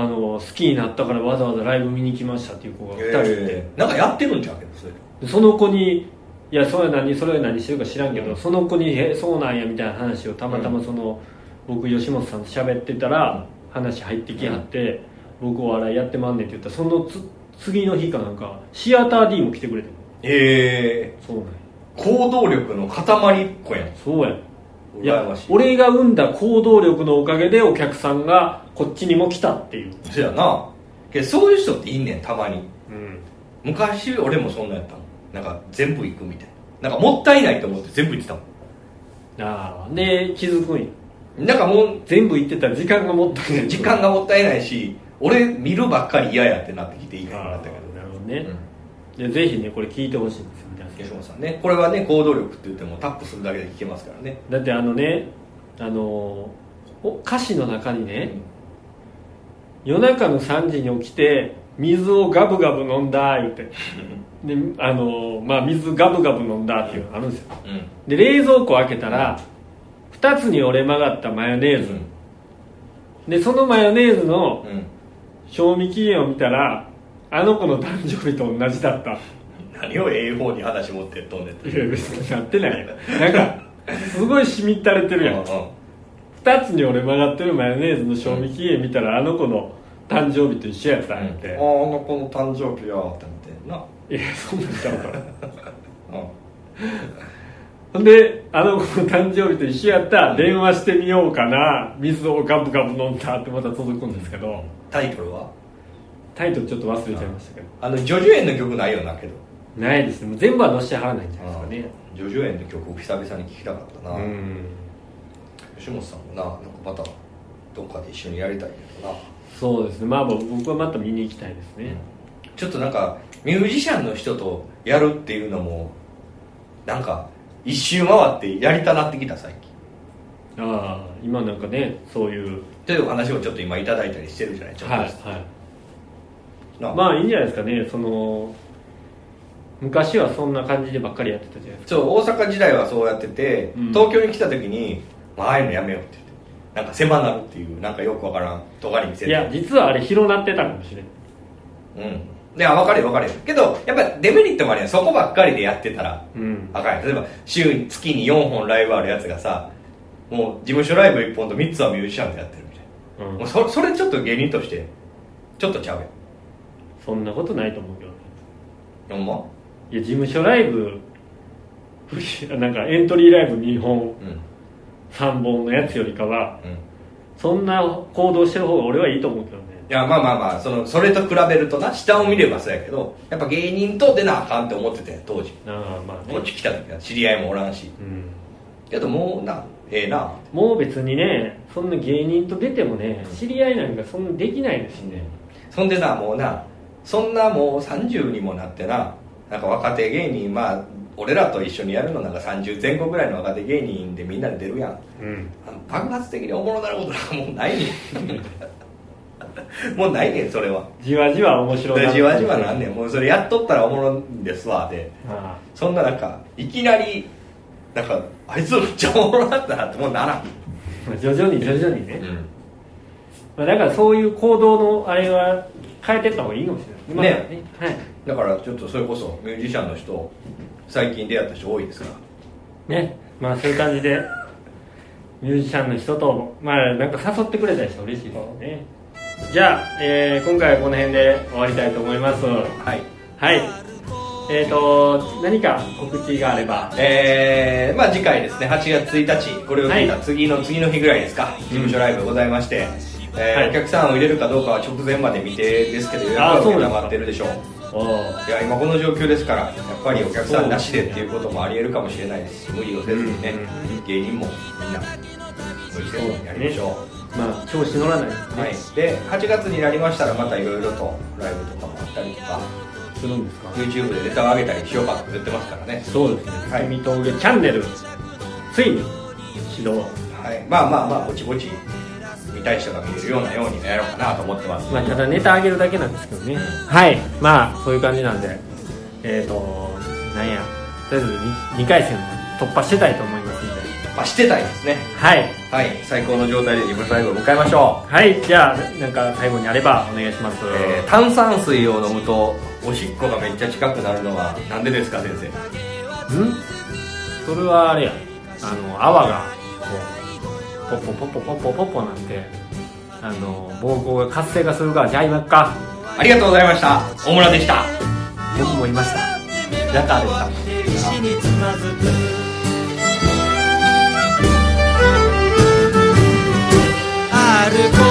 [SPEAKER 1] あのー好きになったからわざわざライブ見に来ましたっていう子が2人いて、
[SPEAKER 2] えーなんかやってるんちゃうけどそれ
[SPEAKER 1] でその子に「いやそれ何それ何してるか知らんけど、
[SPEAKER 2] うん
[SPEAKER 1] その子に「えそうなんや」みたいな話をたまたまその、僕吉本さんと喋ってたら話入ってきはって「僕お笑いやってまんねん」って言ったらそのつ次の日かなんかシアター D も来てくれて
[SPEAKER 2] え
[SPEAKER 1] そうなんや
[SPEAKER 2] ー、行動力の塊っ子やん
[SPEAKER 1] そうやんい
[SPEAKER 2] 羨
[SPEAKER 1] や
[SPEAKER 2] ましい
[SPEAKER 1] 俺が生んだ行動力のおかげでお客さんがこっちにも来たっていう、
[SPEAKER 2] そやなけどそういう人っていんねんたまに
[SPEAKER 1] うん、
[SPEAKER 2] 昔俺もそんなんやったもんなんか全部行くみたいななんかもったいないと思って全部行ってたも
[SPEAKER 1] ああで気づくんや
[SPEAKER 2] んなんかもう
[SPEAKER 1] 全部言ってたら時間がもったいない
[SPEAKER 2] 時間がもったいないし俺見るばっかり嫌やってなってきていいかな
[SPEAKER 1] ああ
[SPEAKER 2] ったけど
[SPEAKER 1] なるほどね
[SPEAKER 2] う、
[SPEAKER 1] で
[SPEAKER 2] ん
[SPEAKER 1] ぜひねこれ聞いてほしいんですよ皆さん
[SPEAKER 2] 吉本さんねこれはね行動力って言ってもタップするだけで聞けますからね
[SPEAKER 1] だってあのねあのお歌詞の中にね夜中の3時に起きて水をガブガブ飲んだ言ってであのまあ水ガブガブ飲んだっていうのがあるんですよ
[SPEAKER 2] うん
[SPEAKER 1] で冷蔵庫開けたら2つに折れ曲がったマヨネーズ、でそのマヨネーズの
[SPEAKER 2] うん
[SPEAKER 1] 賞味期限を見たらあの子の誕生日と同じだった
[SPEAKER 2] 何を A4 に話持ってっとんねんって
[SPEAKER 1] いや別になってないよなんかすごいしみったれてるやん2つに俺曲がってるマヨネーズの賞味期限見たら、あの子の誕生日と一緒やったんやって、
[SPEAKER 2] あの子の誕生日やーって思っ
[SPEAKER 1] いやそんなんちゃうから
[SPEAKER 2] てんな
[SPEAKER 1] ほんであの子の誕生日と一緒やった電話してみようかな水をガブガブ飲んだってまた届くんですけど
[SPEAKER 2] タイトルは
[SPEAKER 1] タイトルちょっと忘れちゃいましたけど
[SPEAKER 2] あの叙々苑の曲ないよなけど
[SPEAKER 1] ないですねもう全部は載せてはらないんじゃないですかね
[SPEAKER 2] 叙々苑の曲を久々に聴きたかったな、
[SPEAKER 1] うん
[SPEAKER 2] 吉本さんもななんかまたどっかで一緒にやりたいけどな
[SPEAKER 1] そうですねまあ僕はまた見に行きたいですね、
[SPEAKER 2] ちょっとなんかミュージシャンの人とやるっていうのもなんか一周回ってやりたなってきた最近
[SPEAKER 1] ああ今なんかねそういう
[SPEAKER 2] というお話をちょっと今いただいたりしてるじゃないちょっと、
[SPEAKER 1] はいはい
[SPEAKER 2] な
[SPEAKER 1] まあいいんじゃないですかねその昔はそんな感じでばっかりやってたじゃないですか
[SPEAKER 2] そう大阪時代はそうやってて、
[SPEAKER 1] うん
[SPEAKER 2] 東京に来た時に、まあ、ああいうのやめようって言ってなんか狭なるっていうなんかよくわからん尖り見せ
[SPEAKER 1] いや
[SPEAKER 2] て
[SPEAKER 1] 実はあれ広なってたかもしれん
[SPEAKER 2] うんであ分かるよ分かるよけどやっぱデメリットもあるやんそこばっかりでやってたら
[SPEAKER 1] うん
[SPEAKER 2] あかんやん例えば週に月に4本ライブあるやつがさもう事務所ライブ1本と3つはミュージシャンでやってるみたいな
[SPEAKER 1] うん
[SPEAKER 2] もうそそれちょっと芸人としてちょっとちゃうやん
[SPEAKER 1] そんなことないと思うけどね
[SPEAKER 2] ほんま
[SPEAKER 1] いや事務所ライブ なんかエントリーライブ2本
[SPEAKER 2] うん
[SPEAKER 1] 3本のやつよりかは
[SPEAKER 2] うん
[SPEAKER 1] そんな行動してる方が俺はいいと思うけどね
[SPEAKER 2] いやまあまあまあそのそれと比べるとな下を見ればそうやけどやっぱ芸人と出なあかんって思ってたやん当時
[SPEAKER 1] ああまあ
[SPEAKER 2] こっ
[SPEAKER 1] ね、
[SPEAKER 2] ち来た時は知り合いもおらんし
[SPEAKER 1] うん、
[SPEAKER 2] けどもうなええな
[SPEAKER 1] もう別にねそんな芸人と出てもね知り合いなんかそんなできないですしね、
[SPEAKER 2] そんでなもうなそんなもう30にもなってななんか若手芸人まあ俺らと一緒にやるのなんか30前後ぐらいの若手芸人でみんなで出るやん
[SPEAKER 1] うん、
[SPEAKER 2] あの爆発的におもろなることなんかもうないねん もうないねんそれは
[SPEAKER 1] じわじわ面白い
[SPEAKER 2] じわじわなんねんもうそれやっとったらおもろいんですわで
[SPEAKER 1] あ
[SPEAKER 2] そんななんかいきなりなんかあいつめっちゃおもろかったなってもうならん、
[SPEAKER 1] あ徐々に徐々にね、
[SPEAKER 2] ん
[SPEAKER 1] まあ、だからそういう行動のあれは変えてった方がいいかもしれないですねねはい
[SPEAKER 2] だからちょっとそれこそミュージシャンの人最近出会った人多いですから
[SPEAKER 1] ねまあそういう感じでミュージシャンの人とまあなんか誘ってくれたりして嬉しいですねじゃあ、えー今回はこの辺で終わりたいと思いますは
[SPEAKER 2] はい
[SPEAKER 1] いえっ、と何か告知があれば
[SPEAKER 2] えー、まあ次回ですね8月1日これを聞いた
[SPEAKER 1] はい
[SPEAKER 2] 次の次の日ぐらいですか事務所ライブございまして、えー
[SPEAKER 1] はい
[SPEAKER 2] お客さんを入れるかどうかは直前まで見てですけど予約
[SPEAKER 1] あー
[SPEAKER 2] は
[SPEAKER 1] そうですか
[SPEAKER 2] 定まってるでしょう
[SPEAKER 1] おー
[SPEAKER 2] いや今この状況ですからやっぱりお客さんなしでっていうこともありえるかもしれないですし無理をせずにね、芸人もみんな無理せずにやりましょう、
[SPEAKER 1] まあ調子乗らないですね、
[SPEAKER 2] はい、で8月になりましたらまたいろいろとライブとかもあったりとか
[SPEAKER 1] するんですか
[SPEAKER 2] YouTube でネタを上げたりしようかとか言ってますからね、
[SPEAKER 1] そうですね「
[SPEAKER 2] はい
[SPEAKER 1] 海峠チャンネル」ついに始動
[SPEAKER 2] はい、まあまあまあぼちぼち見たい人が見れるようなようにやろうかなと思ってます
[SPEAKER 1] まあ、ただネタ上げるだけなんですけどねはいまあそういう感じなんでえっ、ー、となんやとりあえず 2, 回戦突破してたいと思いますんで
[SPEAKER 2] まあしてたいですね
[SPEAKER 1] はい
[SPEAKER 2] はい最高の状態で自分ライブを迎えましょう
[SPEAKER 1] はいじゃあなんか最後にあればお願いします、
[SPEAKER 2] えー炭酸水を飲むとおしっこがめっちゃ近くなるのはなんでですか先生
[SPEAKER 1] んそれはあれやあの泡がこうポッポポッポポッポポッポなんであの膀胱が活性化するからじゃあ今か
[SPEAKER 2] ありがとうございました大村でした
[SPEAKER 1] 僕もいました
[SPEAKER 2] ラターでした
[SPEAKER 3] 歩こう